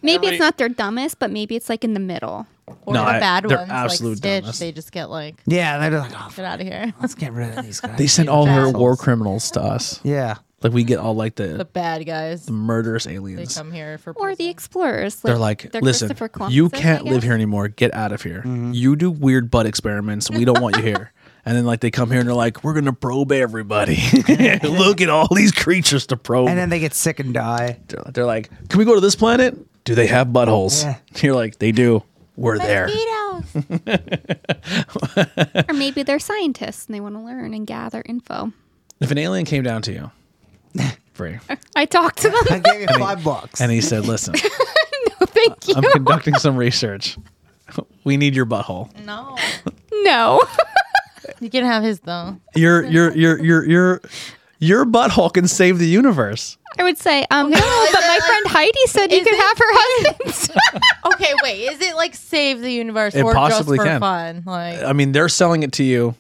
maybe it's not their dumbest, but maybe it's like in the middle. Or No, the I- bad they're ones, absolute like Stitch, dumbest. they just get like Yeah, they're like, oh, get out of here. [laughs] let's get rid of these guys. They send all their war criminals to us. yeah. Like we get all like the, The bad guys. murderous They aliens. come here for Or the prison. explorers. They're like, they're listen, Christopher Columbus, you I can't live guess." here anymore. Get out of here. Mm-hmm. You do weird butt experiments. We don't want you here. [laughs] And then like they come here and they're like, we're gonna probe [laughs] everybody. [laughs] Look at all these creatures to probe. And then they get sick and die. they're, they're like, can we go to this planet? Do they have buttholes? Yeah. [laughs] You're like, they do. We're there. Mosquitoes. Or maybe they're scientists and they want to learn and gather info. If an alien came down to [laughs] you, free, I talked [laughs] to I them. gave you five bucks. and he said, listen, no, [laughs] thank you. I'm conducting some research. [laughs] We need your butthole. [laughs] no. no. You can have his though. Your your your your your your butthole can save the universe. I would say, [laughs] um, no, [laughs] is but it my like- friend Heidi said you [laughs] is could it- have her husband's. Okay, wait. Is it like save the universe It or possibly just for can. fun? Like Uh, I mean, they're selling it to you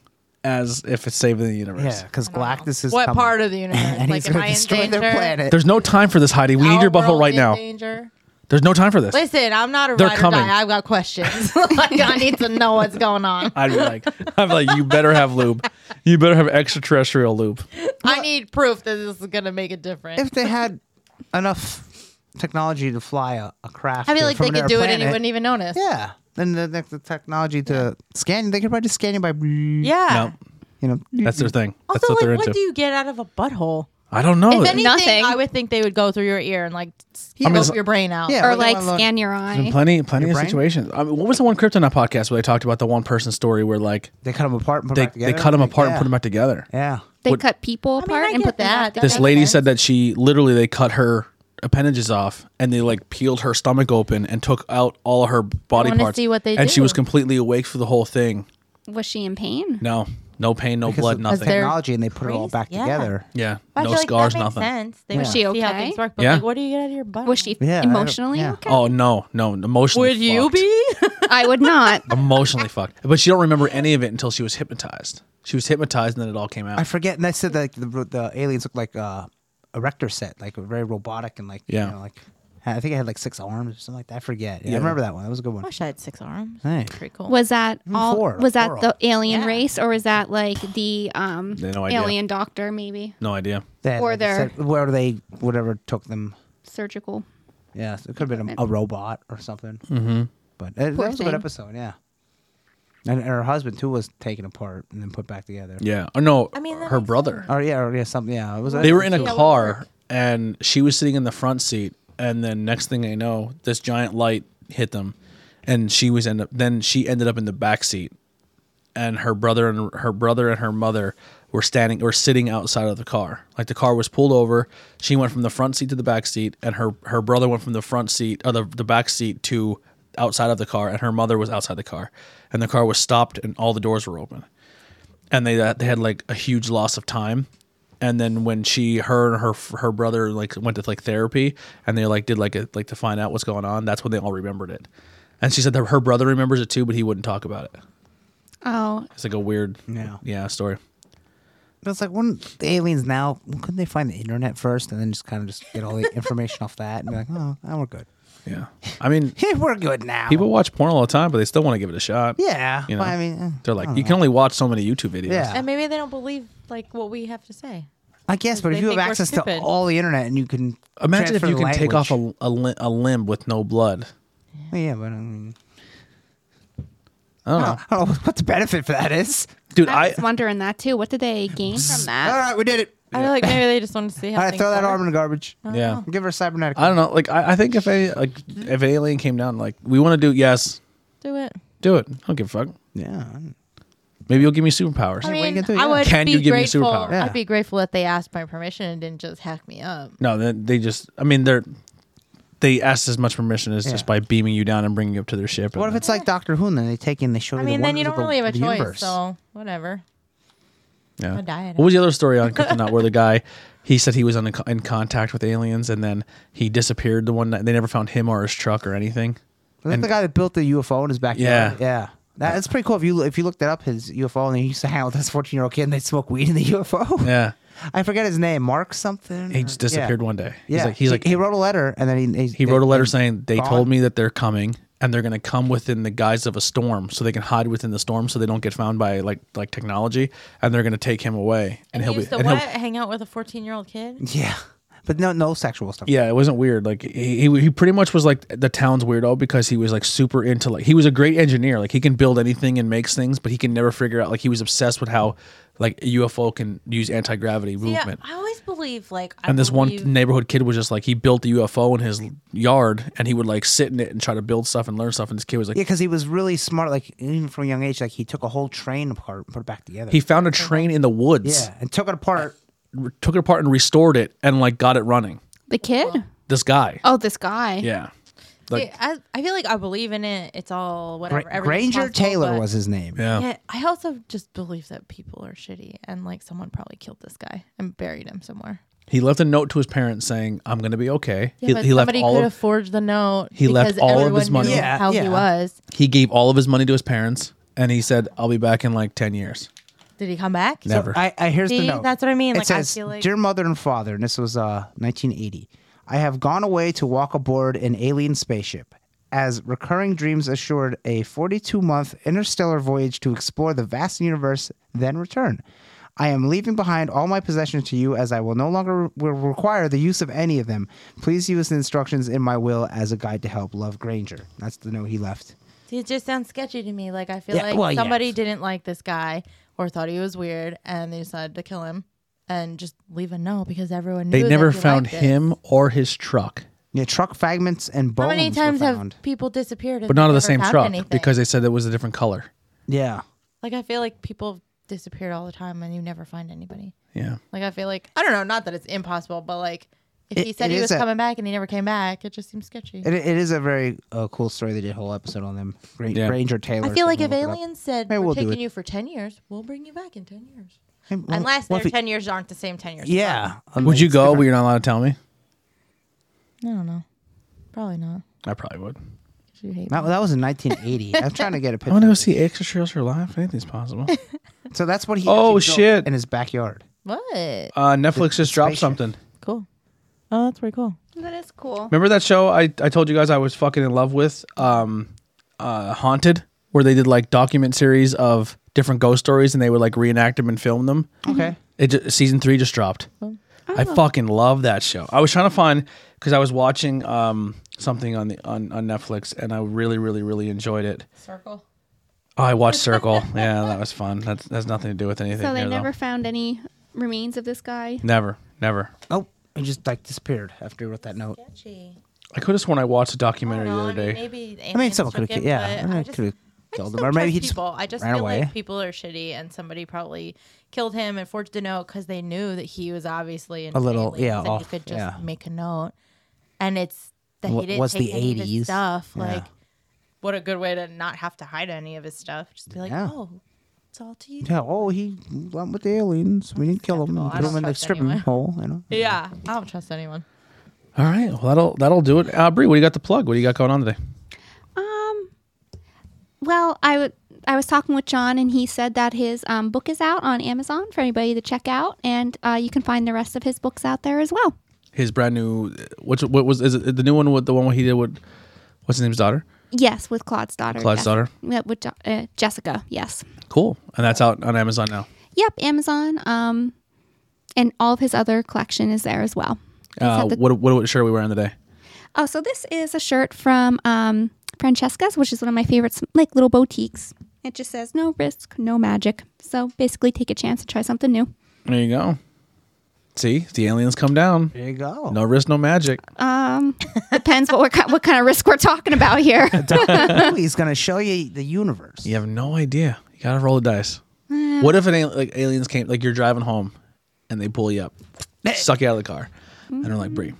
as if it's saving the universe. yeah, because Galactus is what coming. part of the universe? [laughs] and like he's going am I to in destroy danger? their planet. There's no time for this, Heidi. We need Our your butthole world right in now. Danger? There's no time for this. Listen, I'm not a They're ride or coming. die. I've got questions. [laughs] like I need to know what's going on. I'd be like, I'm like, you better have lube. You better have extraterrestrial lube. I need proof that this is gonna make a difference. if they had enough technology to fly a, a craft, I feel or like from they could another do it planet, and you wouldn't even notice. Yeah, and the, the, the technology to scan, they could probably just scan you by. Yeah. No, you know, that's their Oh, thing. Ah. Also, that's what they're like, into. what do you get out of a butthole? I don't know. If anything, Nothing. I would think they would go through your ear and like I scope mean, it's- your brain out. Yeah. or Well, they like wanna learn- scan your eye. plenty, plenty of brain? situations. I mean, what was the one Kryptonite podcast where they talked about the one person story where like they cut them apart and put they, 'em back they together. cut them Like, apart yeah. and put them back together? Yeah, They Would- cut people apart I and get put them back that. That together. this lady sense. said that she literally they cut her appendages off and they like peeled her stomach open and took out all her body wanna parts see what they and she do. was completely awake for the whole thing Was she in pain? no No pain, no because blood, of nothing. they're- technology, and they put it all Crazy- back yeah. together. Yeah, I no feel scars, like that makes nothing. Sense. They Yeah. would Was she see how okay? things work, but Yeah. like, what do you get out of your butt? Was she Yeah, I don't- emotionally yeah. okay? Oh no, no, emotionally. [laughs] Would you fucked. be? I [laughs] would not. emotionally fucked? But she don't remember any of it until she was hypnotized. She was hypnotized, and then it all came out. I forget. And they said like the, the aliens looked like uh, a Rector set, like very robotic and like Yeah. you know, like I think it had like six arms or something like that. I forget. Yeah, Yeah. I remember that one. That was a good one. I Oh, wish I had six arms. Hey. Pretty cool. Was that all? four, was that four. the alien Yeah. race, or was that like the um Yeah, no idea. alien doctor, maybe no idea. They had, Or like, a their- set- where they whatever took them. surgical? Yeah, so it could have been a, a robot or something. Mm-hmm. But it, that Poor was a thing. good episode. Yeah, and, and her husband too was taken apart and then put back together. Yeah. Or no, I mean, that her makes brother. sense. Or yeah, or yeah, something. Yeah, it was. They were in a Yeah, what car, and she was sitting in the front seat. And then next thing I know, this giant light hit them, and she was end up. Then she ended up in the back seat, and her brother and her brother and her mother were standing or sitting outside of the car. Like the car was pulled over. She went from the front seat to the back seat, and her her brother went from the front seat or the, the back seat to outside of the car, and her mother was outside the car, and the car was stopped, and all the doors were open and they uh, they had like a huge loss of time and then when she her and her her brother like went to like therapy and they like did like a, like to find out what's going on that's when they all remembered it and she said that her brother remembers it too but he wouldn't talk about it Oh, it's like a weird Yeah. yeah story But it's like when the aliens now, well, couldn't they find the internet first and then just kind of just get all the [laughs] information off that and be like, oh, now we're good. [laughs] yeah i mean Yeah, we're good now. people watch porn all the time but they still want to give it a shot yeah. you know well, I mean, eh, they're like you can only watch so many youtube videos Yeah. and maybe they don't believe like what we have to say. I guess, but they if you have think we're access to stupid. all the internet and you can imagine if transfer you the can take off language. a, a, li- a limb with no blood yeah, but I mean, i don't I know don't, I don't know [laughs] what the benefit for that is. dude I i was wondering that too. What did they gain [laughs] from Ah. All that? right, we did it. I feel like maybe they just want to see how. All right, things throw that work. arm in the garbage. Oh. yeah Give her a cybernetic. I don't know. Like I, I think if a like if an alien came down, like we want to do yes, Do it. do it. I don't give a fuck. yeah. Maybe you'll give me superpowers. I what you mean, can do, yeah. I would Can be you give me a grateful. superpower? Yeah. I'd be grateful that they asked my permission and didn't just hack me up. no, they, they just. I mean, they're they asked as much permission as Yeah. just by beaming you down and bringing you up to their ship. What if and- it's like Doctor Who and then they take you and they show you I mean, the then you don't wonders really of have a the- the choice, universe. so whatever. Yeah. A diet. What was the other story on Kryptonite where the guy he said he was in, in contact with aliens and then he disappeared the one night. They never found him or his truck or anything. Is that the guy that built the UFO in his Yeah. backyard? yeah. That, that's pretty cool. If you if you looked it up, his UFO, and he used to hang out with this fourteen year old kid, and they smoke weed in the [laughs] UFO. Yeah, I forget his name, Mark something. he just Yeah. disappeared one day. Yeah, he's like he's he, like he wrote a letter, and then he he, He they- wrote a letter saying they gone. told me that they're coming and they're going to come within the guise of a storm so they can hide within the storm so they don't get found by like like technology and they're going to take him away and, And he'll he be used to and what? he'll- Hang out with a 14 year old kid? [laughs] Yeah, but no no sexual stuff. yeah, it wasn't weird. Like he, he he pretty much was like the town's weirdo because he was like super into like he was a great engineer. Like he can build anything and makes things, but he can never figure out like he was obsessed with how like a UFO can use anti gravity Yeah, movement. I always believe like. I and this one believe- neighborhood kid was just like he built the UFO in his yard and he would like sit in it and try to build stuff and learn stuff. And this kid was like, Yeah, because he was really smart. Like even from a young age, like he took a whole train apart and put it back together. He found a train in the woods, yeah, and took it apart. r- took it apart and restored it, and like got it running. The kid? This guy, Oh, this guy. yeah, Yeah, like I, I feel like I believe in it. It's all Gra- whatever. everything's Granger possible, Taylor but- was his name. yeah. Yeah, I also just believe that people are shitty and like someone probably killed this guy and buried him somewhere. He left a note to his parents saying, "I'm gonna be okay." Yeah, he, but he left somebody all could of, have forged the note. he left because all of everyone his money. knew Yeah, how yeah. he was. he gave all of his money to his parents, and he said, "I'll be back in like ten years." Did he come back? No. Never. I, I here's the See, note. that's what I mean. It Like, I says, feel like- "Dear mother and father," and this was uh 1980. I have gone away to walk aboard an alien spaceship. As recurring dreams assured a 42 month interstellar voyage to explore the vast universe, then return. I am leaving behind all my possessions to you as I will no longer re- will require the use of any of them. Please use the instructions in my will as a guide to help. Love Granger. That's the note he left. See, It just sounds sketchy to me. Like I feel Yeah, like well, yeah. somebody didn't like this guy or thought he was weird, and they decided to kill him and just leave a note because everyone knew They that never he found liked it. him or his truck, Yeah, truck fragments and bones. How many times were have found. people disappeared? and but not they of the never same found truck anything? because they said it was a different color. Yeah. like I feel like people disappeared all the time, and you never find anybody. Yeah, Like I feel like I don't know, not that it's impossible, but like If he It- said it he is was a- coming back and he never came back, it just seems sketchy. It, it is a very uh, cool story. They did a whole episode on them. Gra- Yeah. Granger Taylor. I feel like if someone look it up. aliens said Maybe we're we'll do taking it." you for ten years, we'll bring you back in ten years. Hey, well, Unless what their if it- ten years aren't the same ten years. Yeah. Would you go? But you're not allowed to tell me. I don't know. Probably not. I probably would. You hate That, that was in [laughs] 1980. I'm trying to get I a want picture. to go see extraterrestrial life. Anything's possible. So that's what he. Oh, actually built shit. In his backyard. What? Uh, Netflix just dropped spaceship. something. Cool. Oh, that's pretty cool. That is cool. Remember that show I, I told you guys I was fucking in love with? Um, uh, Haunted, where they did like document series of different ghost stories and they would like reenact them and film them. Mm-hmm. Okay. It ju- season three just dropped. Oh. I fucking love that show. I was trying to find because I was watching um something on the on, on Netflix and I really really really enjoyed it. Circle. Oh, I watched [laughs] Circle. yeah, that was fun. That's that's nothing to do with anything. So they here, though. never found any remains of this guy. never never. Oh, he just like disappeared after he wrote that note. Sketchy. I could have sworn I watched a I don't documentary know. the I other mean, day. maybe the I mean, aliens someone could took have. him, Yeah. but I I could have just- I killed just him, don't or maybe trust he just people. I just ran feel away. like people are shitty, and somebody probably killed him and forged a note because they knew that he was obviously A little- insane, yeah, and off, he could just yeah. make a note, and it's that Wa- he didn't was take the any of his 80s. stuff. Yeah. Like, what a good way to not have to hide any of his stuff. Just be like, Yeah. oh, it's all to you. Yeah. Oh, he went with the aliens. We didn't kill him. We Acceptable. I put him don't in the trust stripping anyone. hole. You know. Yeah, I don't trust anyone. All right, well that'll that'll do it. Uh, Bree, what do you got to plug? What do you got going on today? Um, well, I would. I was talking with John, and he said that his um, book is out on Amazon for anybody to check out, and uh, you can find the rest of his books out there as well. His brand new which what was is it the new one with the one where he did with what's his name's daughter? Yes, with Claude's daughter. Claude's Jess- daughter? Yeah, with Jo- uh, Jessica. Yes. Cool, and that's out on Amazon now. Yep, Amazon. Um, and all of his other collection is there as well. He's Uh, had the- what what shirt are we wearing today? oh, so this is a shirt from um, Francesca's, which is one of my favorites, like little boutiques. It just says no risk, no magic. So basically, take a chance and try something new. There you go. See, the aliens come down. There you go. No risk, no magic. Um, depends what we're ki- what kind of risk we're talking [laughs] about here. He's gonna show you the universe. You have no idea. You gotta roll the dice. What if an al- like aliens came? Like you're driving home, and they pull you up, suck you out of the car, and they're Mm-hmm. like, "Bree,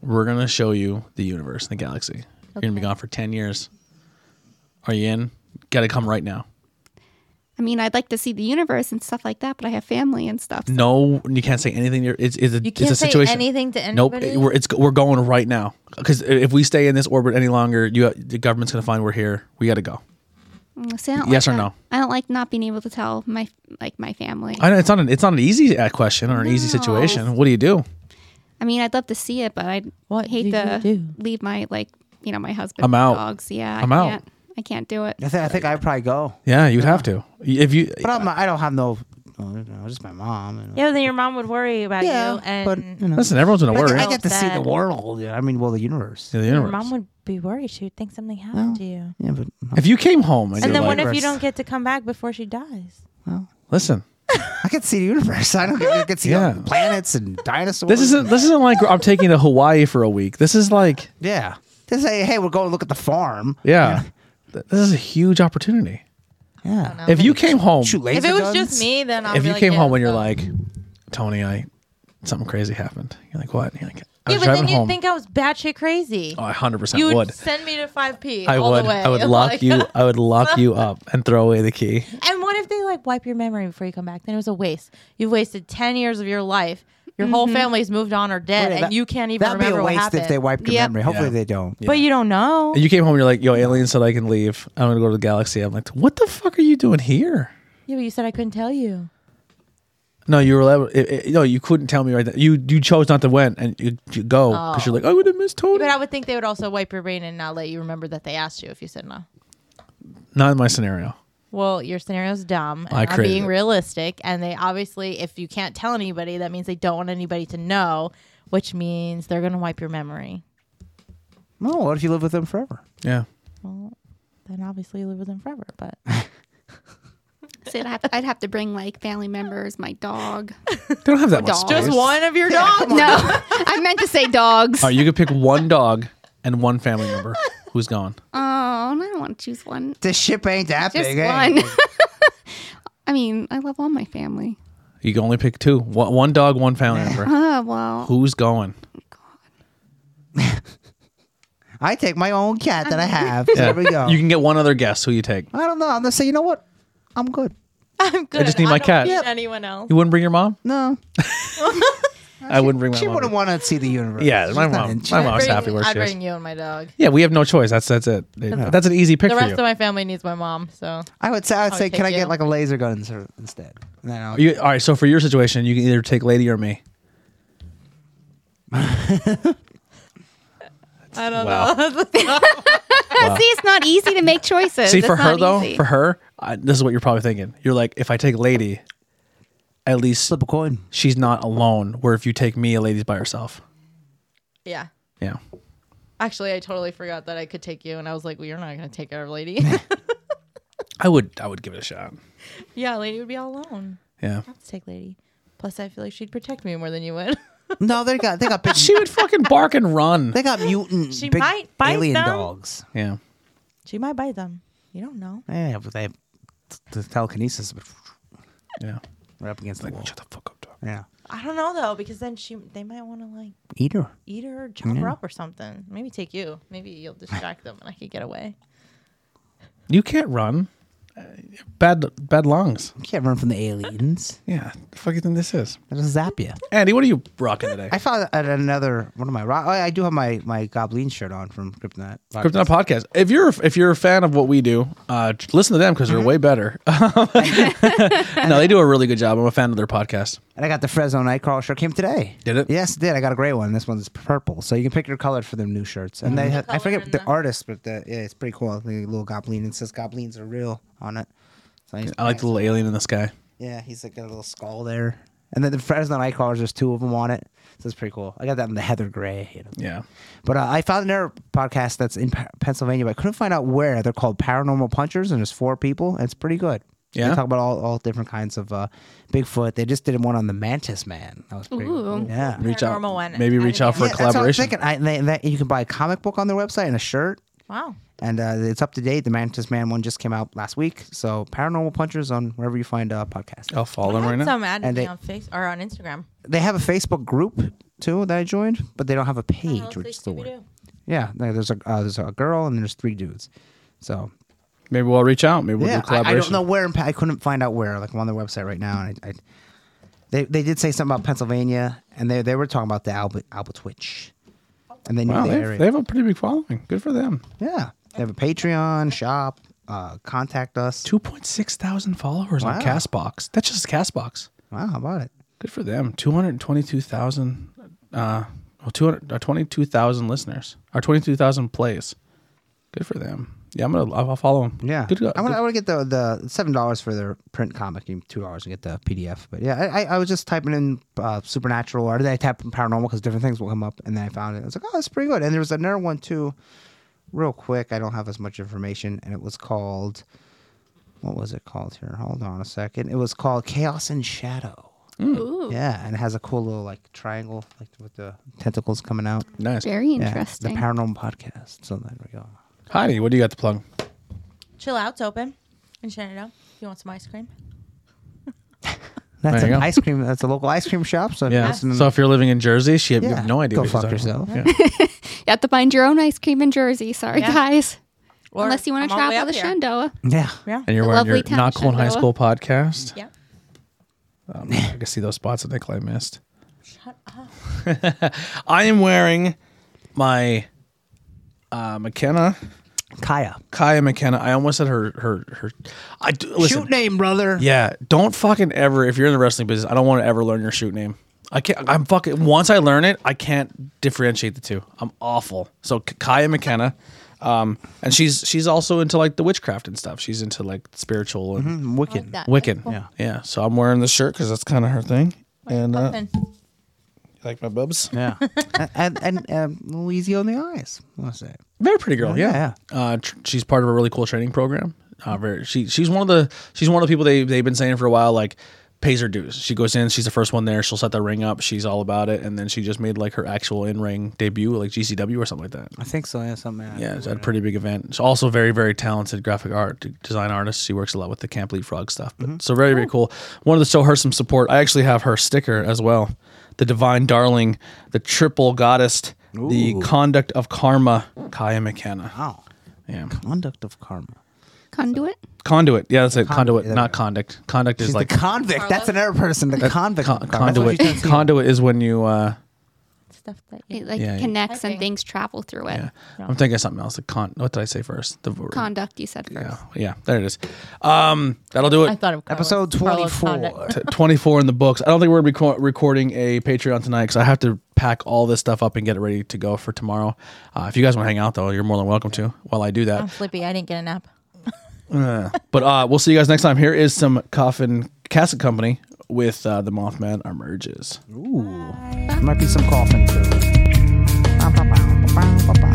we're gonna show you the universe, the galaxy. You're gonna be gone for ten years. Are you in? Got to come right now. I mean, I'd like to see the universe and stuff like that, but I have family and stuff. No, you can't say anything. You're, it's it's a, You it's a can't say situation. anything to Nope, anybody? we're it's we're going right now because if we stay in this orbit any longer, you the government's gonna find we're here. We got to go. Mm, see, I don't Yes like or that. no? I don't like not being able to tell my like my family. I know it's not an it's not an easy uh, question or an easy situation. What do you do? I mean, I'd love to see it, but I'd What hate do to you do? leave my like you know my husband. I'm and out. Dogs. Yeah, I I'm out. can't. I can't do it. I, th- I think I'd probably go. Yeah, you'd have to if you. But I'm, not- I don't have no. oh, you know, just my mom. you know. Yeah, but then your mom would worry about you, and but you know, Listen, everyone's gonna I get- worry. I so get to see the sad. world. Yeah, I mean, well, the universe. The your universe. mom would be worried. She would think something happened to you. Yeah, but if you came home and, And you're then what like, if you Universe. don't get to come back before she dies? listen, I could see the universe. I don't. I could see Yeah. all the planets and dinosaurs. this isn't this isn't like I'm taking to Hawaii for a week. This is like, Yeah. They say, hey, we're going to look at the farm. yeah, th- this is a huge opportunity. Yeah. If you came home, Shoot Oh, If laser it was guns. just me, then I'll if be you like, came yeah, home and you're so- like, Tony, I something crazy happened. You're like, what? And You're like, I yeah, was but then driving you'd home. think I was batshit crazy. oh, I hundred you percent would, would. send me to five [laughs] P. I all would. The way. [laughs] I would lock Like- you. I would lock [laughs] you up and throw away the key. And what if they like wipe your memory before you come back? Then it was a waste. You've wasted ten years of your life. Your whole family's moved on or dead, Yeah, and Mm-hmm. that- you can't even That'd be remember a what waste happened. if they wiped your Yep. memory. Hopefully Yeah. they don't. But you don't know. And you came home, you're like, yo, aliens said I can leave. I'm gonna go to the galaxy. I'm like, what the fuck are you doing here? yeah, but you said I couldn't tell you. No, you were allowed. It, it, no, you couldn't tell me right. Then. You you chose not to win and you, you go because you're like, I would have missed Tony. Oh. But I would think they would also wipe your brain and not let you remember that they asked you if you said no. not in my scenario. Well, your scenario's dumb. I And I'm created being it. realistic, and they obviously, if you can't tell anybody, that means they don't want anybody to know, which means they're gonna wipe your memory. No, what if you live with them forever? Yeah. Well, then obviously you live with them forever. But [laughs] So I'd have, I'd have to bring like family members, my dog. They don't [laughs] have that much Dogs. Just space. one of your [laughs] dogs. [laughs] No, [laughs] I meant to say dogs. All right, you could pick one dog and one family [laughs] member who's gone. Oh, and I don't want to choose one. This ship ain't that Just big. eh? one. [laughs] I mean, I love all my family. [laughs] You can only pick two. One, one dog, one family member. Oh well. Who's going? I take my own cat that [laughs] I have. There we go. You can get one other guess who you take. I don't know. I'm gonna say, you know what? I'm good. I'm good. just need my don't cat. need Yep. Anyone else? You wouldn't bring your mom? Uh, No, I wouldn't bring my she mom. wouldn't want to see the universe. Yeah, my She's not mom- into my it. mom- I was Bring- happy where I'd she is. bring you and my dog. yeah, we have no choice. That's that's it. That's an easy pick The for rest you. of my family needs my mom. So I would say, I would would say, can take I get you. like a laser gun sir, instead? And then I'll- you. All right, so for your situation, you can either take Lady or me. I don't Wow. know. [laughs] See, it's not easy to make Uh, choices. See, It's for her not though, easy. for her, I, this is what you're probably thinking. You're like, if I take Lady, at least flip a coin. she's not alone. Where if you take me, a lady's by herself. yeah. Yeah. Actually, I totally forgot that I could take you, and I was like, "Well, you're not gonna take our [laughs] lady." I would I would give it a shot. yeah, lady would be all alone. Yeah. Let's take lady. Plus, I feel like she'd protect me more than you would. [laughs] No, they got they [laughs] got big, She would fucking bark and [laughs] run. they got mutant She big might bite alien them. dogs. Yeah. she might bite them. You don't know. Yeah, but they have t- the telekinesis Yeah. right up against the wall. Shut the fuck up, dog. Yeah, I don't know though, because then she they might want to like eat her. eat her or chop her up or something. Maybe take you. Maybe you'll distract them, and I could get away. You can't run. Uh, Bad bad lungs. You can't run from the aliens. Yeah. The fuck you think this is? They'll zap you. Andy, what are you rocking today? I found at another one of my rock. I I do have my my Goblin shirt on from Kryptonite. Kryptonite podcast. If you're if you're a fan of what we do, uh, t- listen to them because Mm-hmm. they're way [laughs] better. [laughs] no, they do a really good job. I'm a fan of their podcast. And I got the Fresno Nightcrawler shirt. Came today. Did it? Yes, it did. I got a gray one. This one's purple. So you can pick your color for the new shirts. And Mm-hmm. they, ha- I color forget and the the- artist, but the, yeah, it's pretty cool. The little goblin. It says goblins are real on it. So he's- I like the little alien in the sky. Yeah, he's like got a little skull there. And then the Fresno Nightcrawlers, there's two of them on it. So it's pretty cool. I got that in the heather gray. You know. Yeah. But uh, I found another podcast that's in Pa- Pennsylvania, but I couldn't find out where. They're called Paranormal Punchers, and there's four people, and it's pretty good. Yeah? They talk about all, all different kinds of uh, Bigfoot. They just did one on the Mantis Man. That was pretty Ooh. cool. Yeah. Reach out. Paranormal one. Maybe I reach didn't out for know. a Yeah, that's what I was collaboration. thinking. I, they, they, you can buy a comic book on their website and a shirt, Wow. and uh, it's up to date. The Mantis Man one just came out last week. So Paranormal Punchers on wherever you find uh, podcasts. I'll follow them I right had now. some ad And me they- on face or on Instagram. They have a Facebook group too that I joined, but they don't have a page, Oh, which see is the weird. Scooby-Doo. Yeah, there- there's a uh, there's a girl and there's three dudes. So Maybe we'll reach out. Maybe we'll do a yeah, I, I collaboration. don't know where. In, Pa- I couldn't find out where. Like I'm on their website right now, and I, I they they did say something about Pennsylvania, and they they were talking about the Albert Albert Witch, and they knew Wow, the they area. have, they have a pretty big following. Good for them. yeah, they have a Patreon shop. Uh, contact us. Two point six thousand followers on Wow. Castbox. That's just Castbox. Wow, how about it? Good for them. Two hundred twenty-two thousand. Uh, well, two hundred uh, twenty-two thousand listeners or twenty-two thousand plays. Good for them. Yeah, I'm gonna. I'll I'll follow them. Yeah, Good. I want I want to get the the seven dollars for their print comic, and two dollars and get the PDF. But yeah, I, I, I was just typing in uh, supernatural, or did I type in paranormal because different things will come up, and then I found it. I was like, oh, that's pretty good. And there was another one too, real quick. I don't have as much information, and it was called, what was it called here? Hold on a second. It was called Chaos and Shadow. Mm. Ooh, Yeah, and it has a cool little like triangle, like with the tentacles coming out. nice. very Yeah, interesting. the paranormal podcast. So there we go. Heidi, what do you got to plug? Chill out's open in Shenandoah. You want some ice cream? That's There an you go. ice cream. That's a local ice cream shop. So Yeah. listen to So if you're living in Jersey, she you have no idea. Go what she's fuck talking about. yourself. Yeah. you have to find your own ice cream in Jersey. Sorry, Yeah. guys. Or Unless you want I'm to all the way travel to up here. Shenandoah. Yeah. Yeah. And you're The wearing your lovely town not cool in high Shenandoah. school podcast. Yeah. Um, I can see those spots that Nikolai missed. Shut up. [laughs] I am wearing my uh, McKenna Kaya. [laughs] Kaya McKenna. I almost said her her her. I do, listen. Shoot name, brother. Yeah, don't fucking ever. If you're in the wrestling business, I don't want to ever learn your shoot name. I can't. I'm fucking. Once I learn it, I can't differentiate the two. I'm awful. So K- Kaya McKenna, um, and she's she's also into like the witchcraft and stuff. She's into like spiritual and Wicked. That- Wiccan. Mm-hmm. Yeah. yeah. So I'm wearing this shirt because that's kind of her thing. And uh, Then- you like my boobs. Yeah. [laughs] and and, and um, a little easy on the eyes. I'll say. Very pretty girl. Yeah. Yeah, Uh, tr- she's part of a really cool training program. Uh, very, she she's one of the she's one of the people they they've been saying for a while like pays her dues. She goes in, she's the first one there. She'll set the ring up. She's all about it. And then she just made like her actual in ring debut, like GCW or something like that. I think so. Yeah, something. like that. Yeah, it's a pretty big event. She's also very, very talented graphic art d- design artist. She works a lot with the Camp Leapfrog stuff. But Mm-hmm. so very, very cool. Wanted to show her some support. I actually have her sticker as well. The Divine Darling, the Triple Goddess The Ooh. Conduct of Karma, Kaya McKenna. Wow. Yeah. Conduct of karma. Conduit. Conduit. Yeah, that's it. Conduit, yeah, not conduct. Conduct She's is like the convict. That's another person. The convict. con- of karma. That's conduit. what she's done to you. Conduit is when you. Uh, Stuff that you It like Yeah, yeah. connects Okay. and things travel through it. yeah. I'm thinking of something else. The con. What did I say first? The Conduct, you said first. Yeah, yeah. There it is. Um, that'll do I it. thought of Carlos- Episode Carlos 24. Condit. T- 24 in the books. I don't think we're reco- recording a Patreon tonight because I have to pack all this stuff up and get it ready to go for tomorrow. Uh, if you guys want to hang out though, you're more than welcome to while I do that. I'm sleepy. I didn't get a nap. But uh, we'll see you guys next time. Here is some Coffin Casket Company with uh, the Mothman Emerges. Might be some coughing too. Ba, ba, ba, ba, ba, ba, ba.